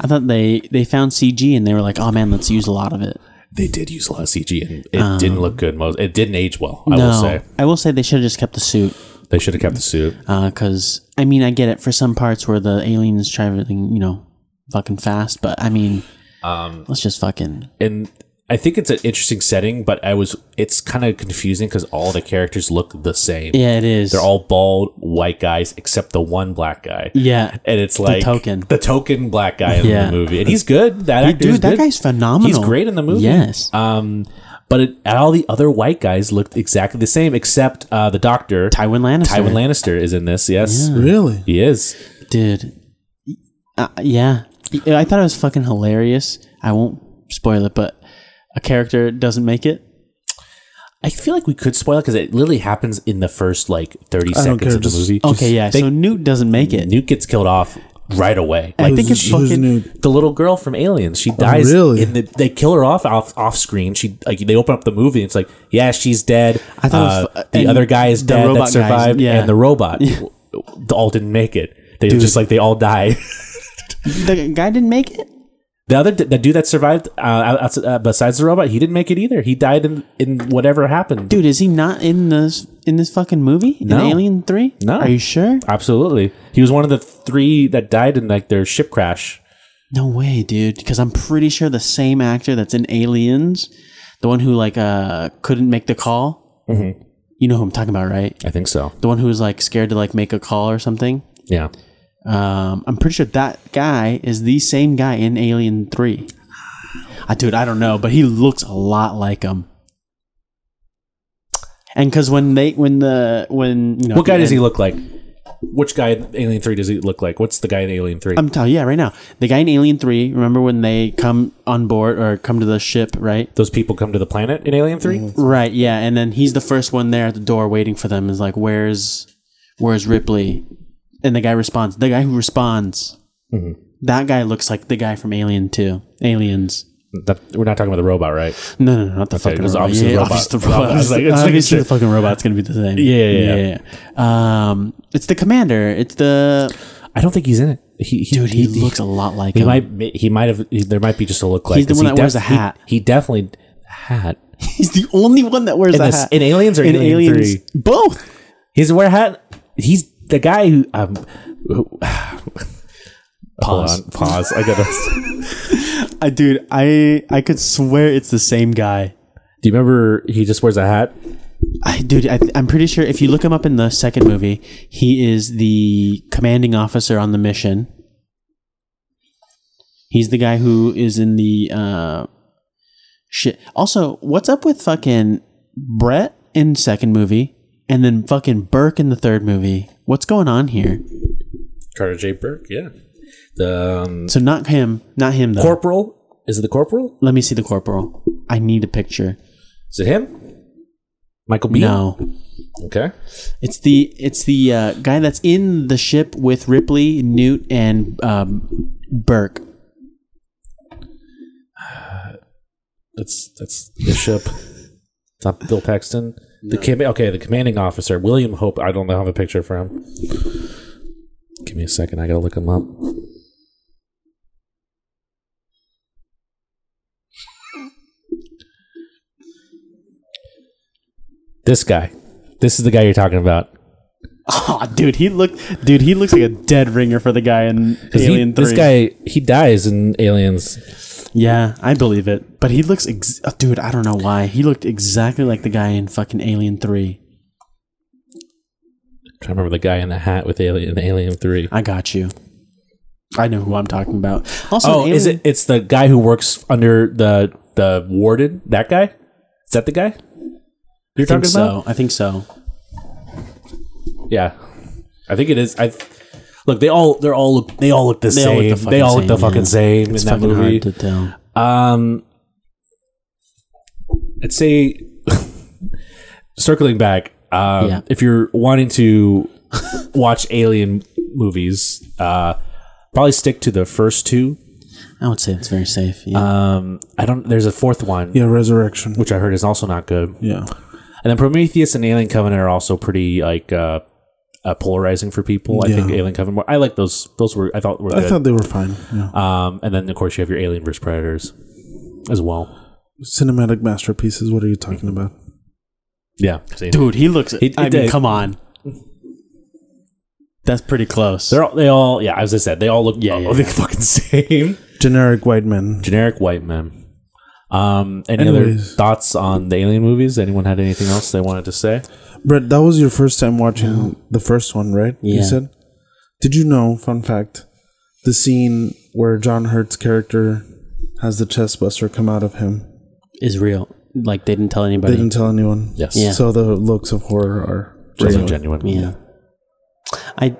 C: I thought they they found CG and they were like, "Oh man, let's use a lot of it."
D: They did use a lot of CG, and it didn't look good. Most it didn't age well. I
C: no,
D: will say
C: I will say they should have just kept the suit
D: they should have kept the suit.
C: because I mean I get it for some parts where the alien is traveling, you know, fucking fast, but I mean,
D: Um,
C: let's just fucking
D: and I think it's an interesting setting, but I was it's kind of confusing because all the characters look the same.
C: yeah, it is.
D: They're all bald white guys except the one black guy.
C: yeah.
D: And it's like
C: token.
D: the token black guy in
C: Yeah.
D: the movie, and he's good. That actor is
C: Dude, that
D: good.
C: guy's phenomenal.
D: He's great in the movie.
C: Yes.
D: Um, but it, all the other white guys looked exactly the same except uh, the doctor
C: Tywin Lannister.
D: Tywin Lannister is in this. Yes,
E: Really?
D: he is.
C: dude. Uh, yeah, I thought it was fucking hilarious. I won't spoil it, but a character doesn't make it.
D: I feel like we could spoil it because it literally happens in the first like thirty
E: don't
D: seconds
E: care,
D: of the
E: just-
D: movie.
C: Okay, yeah. so Newt doesn't make it.
D: Newt gets killed off right away.
C: I
D: Like
C: think
E: Who's-
C: it's
E: who's
C: fucking.
E: new?
D: the little girl from Aliens,
C: Oh,
D: she dies.
E: really?
D: In the, they kill her off off off screen. She like they open up the movie. and It's like yeah, she's dead.
C: I thought it was
D: Uh,
C: fu-
D: the
C: and
D: other guy is
C: the
D: dead that
C: robot guys,
D: survived,
C: yeah.
D: and the robot all didn't make it. They just like they all die.
C: The guy didn't make it.
D: The other the dude that survived uh, outs- uh, besides the robot, he didn't make it either. He died in in whatever happened.
C: Dude, is he not in this in this fucking movie? In
D: No.
C: Alien Three?
D: No.
C: Are you sure?
D: Absolutely. He was one of the three that died in like their ship crash.
C: No way, dude. Because I'm pretty sure the same actor that's in Aliens, the one who like uh couldn't make the call.
D: Mm-hmm.
C: You know who I'm talking about, right?
D: I think so.
C: The one who was like scared to like make a call or something.
D: Yeah.
C: Um, I'm pretty sure that guy is the same guy in Alien Three. I dude, I don't know, but he looks a lot like him. And because when they when the when you know
D: What guy
C: the
D: does he
C: end-
D: look like? Which guy in Alien 3 does he look like? What's the guy in Alien 3?
C: I'm telling you, yeah, right now the guy in Alien Three. Remember when they come on board or come to the ship, right?
D: Those people come to the planet in Alien 3?
C: Right, yeah, and then he's the first one there at the door waiting for them. Is like, where's, where's Ripley? And the guy responds. The guy who responds,
D: Mm-hmm.
C: that guy looks like the guy from Alien Two, Aliens.
D: That, we're not talking about the robot, right?
C: No, no, no not the fucking
D: it was
C: robot.
D: obviously
C: yeah,
D: the robot.
C: obviously the
D: I was
C: robot.
D: like, it's like
C: obviously
D: shit.
C: the fucking robot's gonna be the same.
D: Yeah, yeah, yeah.
C: yeah. Um, it's the commander. It's the
D: I don't think he's in it. He, he,
C: dude. He, looks a lot like
D: He
C: him.
D: might. He might have. he- there might be just a look like.
C: He's the
D: this.
C: one
D: He
C: that wears a hat.
D: He, he definitely hat.
C: he's the only one that wears
D: In
C: a
D: this-
C: hat
D: in Aliens or in Alien Three?
C: Both.
D: He's wear a hat. He's the guy who. Um, who- Hold
C: Pause.
D: on, pause. I gotta.
C: I dude, I I could swear it's the same guy.
D: Do you remember? He just wears a hat.
C: I, dude, I, I'm pretty sure if you look him up in the second movie, he is the commanding officer on the mission. He's the guy who is in the uh, shit. Also, what's up with fucking Brett in second movie, and then fucking Burke in the third movie? What's going on here?
D: Carter J. Burke. Yeah. The um,
C: So not him, not him though.
D: corporal. Is it the corporal?
C: Let me see the corporal. I need a picture.
D: Is it him? Michael B.
C: No,
D: Okay.
C: It's the it's the uh, guy that's in the ship with Ripley, Newt, and um, Burke.
D: That's that's Bishop. Not Bill Paxton. The com- okay, the commanding officer, William Hope. I don't know. I have a picture for him. Give me a second. I gotta look him up. This guy. This is the guy you're talking about.
C: Oh, dude, he looked dude, he looks like a dead ringer for the guy in
D: 'Cause he- This guy, he dies in Aliens.
C: yeah, I believe it. But he looks, ex- oh, dude, I don't know why he looked exactly like the guy in fucking Alien Three.
D: I remember the guy in the hat with Alien, Alien Three.
C: I got you. I know who I'm talking about. Also,
D: Oh,
C: Alien-
D: is it? It's the guy who works under the the warden. That guy. Is that the guy
C: I
D: you're
C: think
D: talking
C: so.
D: about?
C: I think so.
D: Yeah, I think it is. I look. They all. They're all. Look, they all look the
C: They all
D: same.
C: look the
D: they
C: fucking
D: all look the
C: same,
D: fucking
C: yeah.
D: same
C: It's
D: in that
C: fucking
D: movie.
C: hard to tell.
D: um, I'd say circling back. Um,
C: Yeah.
D: If you're wanting to watch Alien movies, uh, probably stick to the first two.
C: I would say it's very safe. Yeah.
D: Um, I don't. There's a fourth one.
E: Yeah, Resurrection.
D: Which I heard is also not good.
E: Yeah.
D: And then Prometheus and Alien Covenant are also pretty like uh, uh polarizing for people. I think
E: Yeah.
D: Alien Covenant. More, I like those. Those were I thought were
E: I
D: good.
E: thought they were fine. Yeah.
D: um, and then of course you have your Alien vs Predators as well.
E: Cinematic masterpieces. What are you talking about?
D: Yeah, See?
C: Dude, he looks.
D: He-
C: I
D: he
C: mean,
D: did.
C: come on. That's pretty close.
D: they're all, they all yeah. As I said, they all look yeah,
C: Yeah, yeah,
D: they
C: yeah.
D: fucking same.
E: Generic white men.
D: Generic white men. Um, any
E: Anyways.
D: other thoughts on the Alien movies? Anyone had anything else they wanted to say?
E: Brett, that was your first time watching the first one, right? You
C: Yeah.
E: said? Did you know, fun fact, the scene where John Hurt's character has the chest buster come out of him?
C: is real. Like they didn't tell
E: They
C: anybody.
E: didn't tell anyone.
D: Yes.
C: Yeah.
E: So the looks of horror are
D: Just
E: real.
D: genuine.
C: yeah. I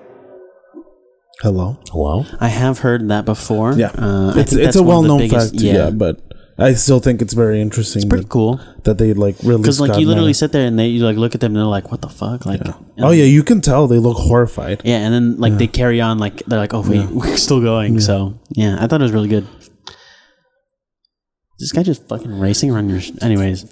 E: Hello?
D: Hello.
C: I have heard that before.
E: Yeah.
C: Uh, I
E: it's
C: think
E: it's
C: that's
E: a
C: one
E: well
C: of the
E: known
C: biggest-
E: fact, yeah. but I still think it's very interesting
C: pretty
E: that,
C: cool.
E: that they like really
C: Because like you literally sit there and they you like look at them and they're like, what the fuck? Like, and-
E: Oh yeah, you can tell they look horrified.
C: yeah. And then like they carry on like they're like, oh wait, we're still going. So yeah, I thought it was really good. Is This guy just fucking racing around your. Sh- Anyways,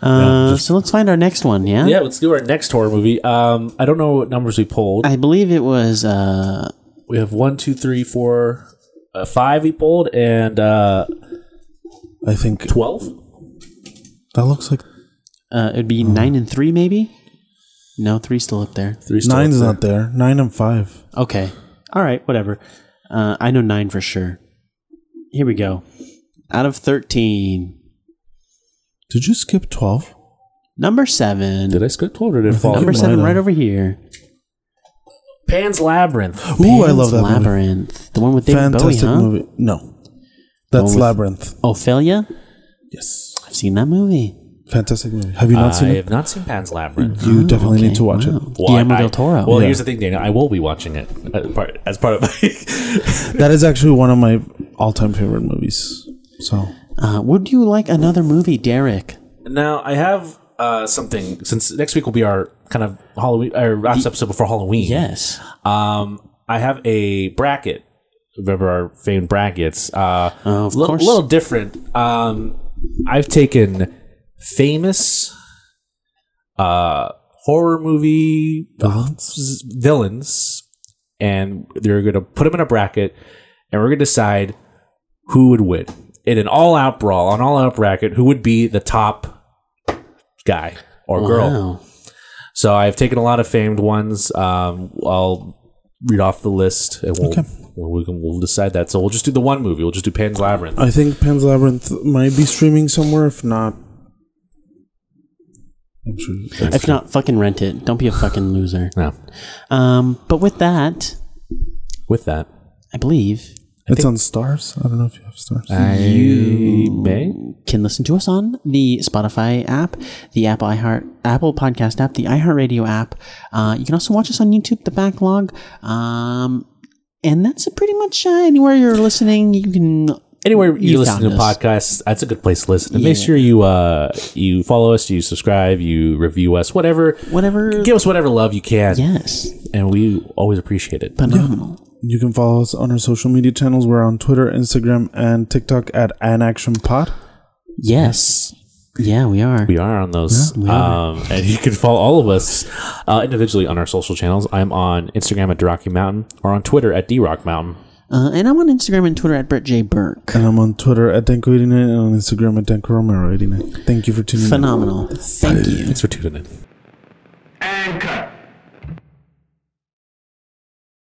C: uh, so let's find our next one. Yeah.
D: Yeah, let's do our next horror movie. Um, I don't know what numbers we pulled.
C: I believe it was. uh
D: We have one, two, three, four. a five he pulled and uh,
E: I think
D: twelve.
E: that looks like
C: Uh, it'd
E: Mm.
C: be nine and three, maybe. No, three's still up there.
D: Three still
E: nine's
D: up
E: not there. Nine and five.
C: Okay. All right. Whatever. Uh, I know nine for sure. Here we go. Out of thirteen,
E: Did you skip twelve?
C: number
D: there.
C: seven.
D: Did I skip twelve or did it fall?
C: Number
E: might
C: seven,
E: have.
C: right over here.
D: Pan's Labyrinth.
E: Ooh, I love that
C: Pan's
E: movie.
C: Labyrinth. The one with David
E: Fantastic
C: Bowie, huh?
E: movie. No, that's
C: with-
E: Labyrinth.
C: Ophelia.
E: Yes,
C: I've seen that movie.
E: fantastic movie. Have you not
D: I
E: seen it?
D: have not seen Pan's Labyrinth.
E: You definitely need
C: okay,
E: to watch
C: wow.
E: it.
D: Well, I-
C: Guillermo
D: I-
C: del Toro.
D: Well,
C: Yeah.
D: here's the thing, Daniel. I will be watching it as part, as part of my.
E: That is actually one of my all-time favorite movies. So
C: Uh, would you like another movie, Derek?
D: now I have uh, something since next week will be our kind of Halloween our last episode before Halloween.
C: Yes.
D: Um, I have a bracket. Remember our famed brackets? Uh,
C: Oh, of
D: li-
C: course.
D: little different. Um, I've taken famous uh, horror movie villains, villains and they're going to put them in a bracket, and we're going to decide who would win in an all-out brawl, an all-out bracket. Who would be the top guy or girl?
C: Oh, Wow.
D: So I've taken a lot of famed ones. Um, I'll read off the list, and we'll, we'll, we can, we'll decide that. So we'll just do the one movie. We'll just do Pan's Labyrinth.
E: I think Pan's Labyrinth might be streaming somewhere. If not, I'm sure.
C: If not, fucking rent it. Don't be a fucking loser.
D: Yeah.
C: Um, but with that,
D: With that,
C: I believe
E: It's on Stars. I don't know if you have Stars.
D: you may.
C: can listen to us on the Spotify app, the Apple iHeart, Apple Podcast app, the iHeartRadio app. Uh, you can also watch us on YouTube, the backlog. Um, and that's pretty much uh, anywhere you're listening. You can
D: Anywhere you,
C: You
D: listen to
C: found us.
D: podcasts, that's a good place to listen. And Make sure you uh, you follow us, you subscribe, you review us, whatever.
C: whatever.
D: Give us whatever love you can,
C: yes,
D: and we always appreciate it.
C: phenomenal.
E: You can follow us on our social media channels. We're on Twitter, Instagram, and TikTok at AnActionPod.
C: Yes, yeah, we are.
D: We are on those. um, and you can follow all of us uh, individually on our social channels. I'm on Instagram at Rocky Mountain or on Twitter at Rock Mountain.
C: Uh, and I'm on Instagram and Twitter at Brett J Burke.
D: Uh,
E: And I'm on Twitter at Denko89 and on Instagram at Denko Romero 89. Thank you for tuning in.
C: Phenomenal. Thank you.
D: Thanks for tuning in.
A: And cut.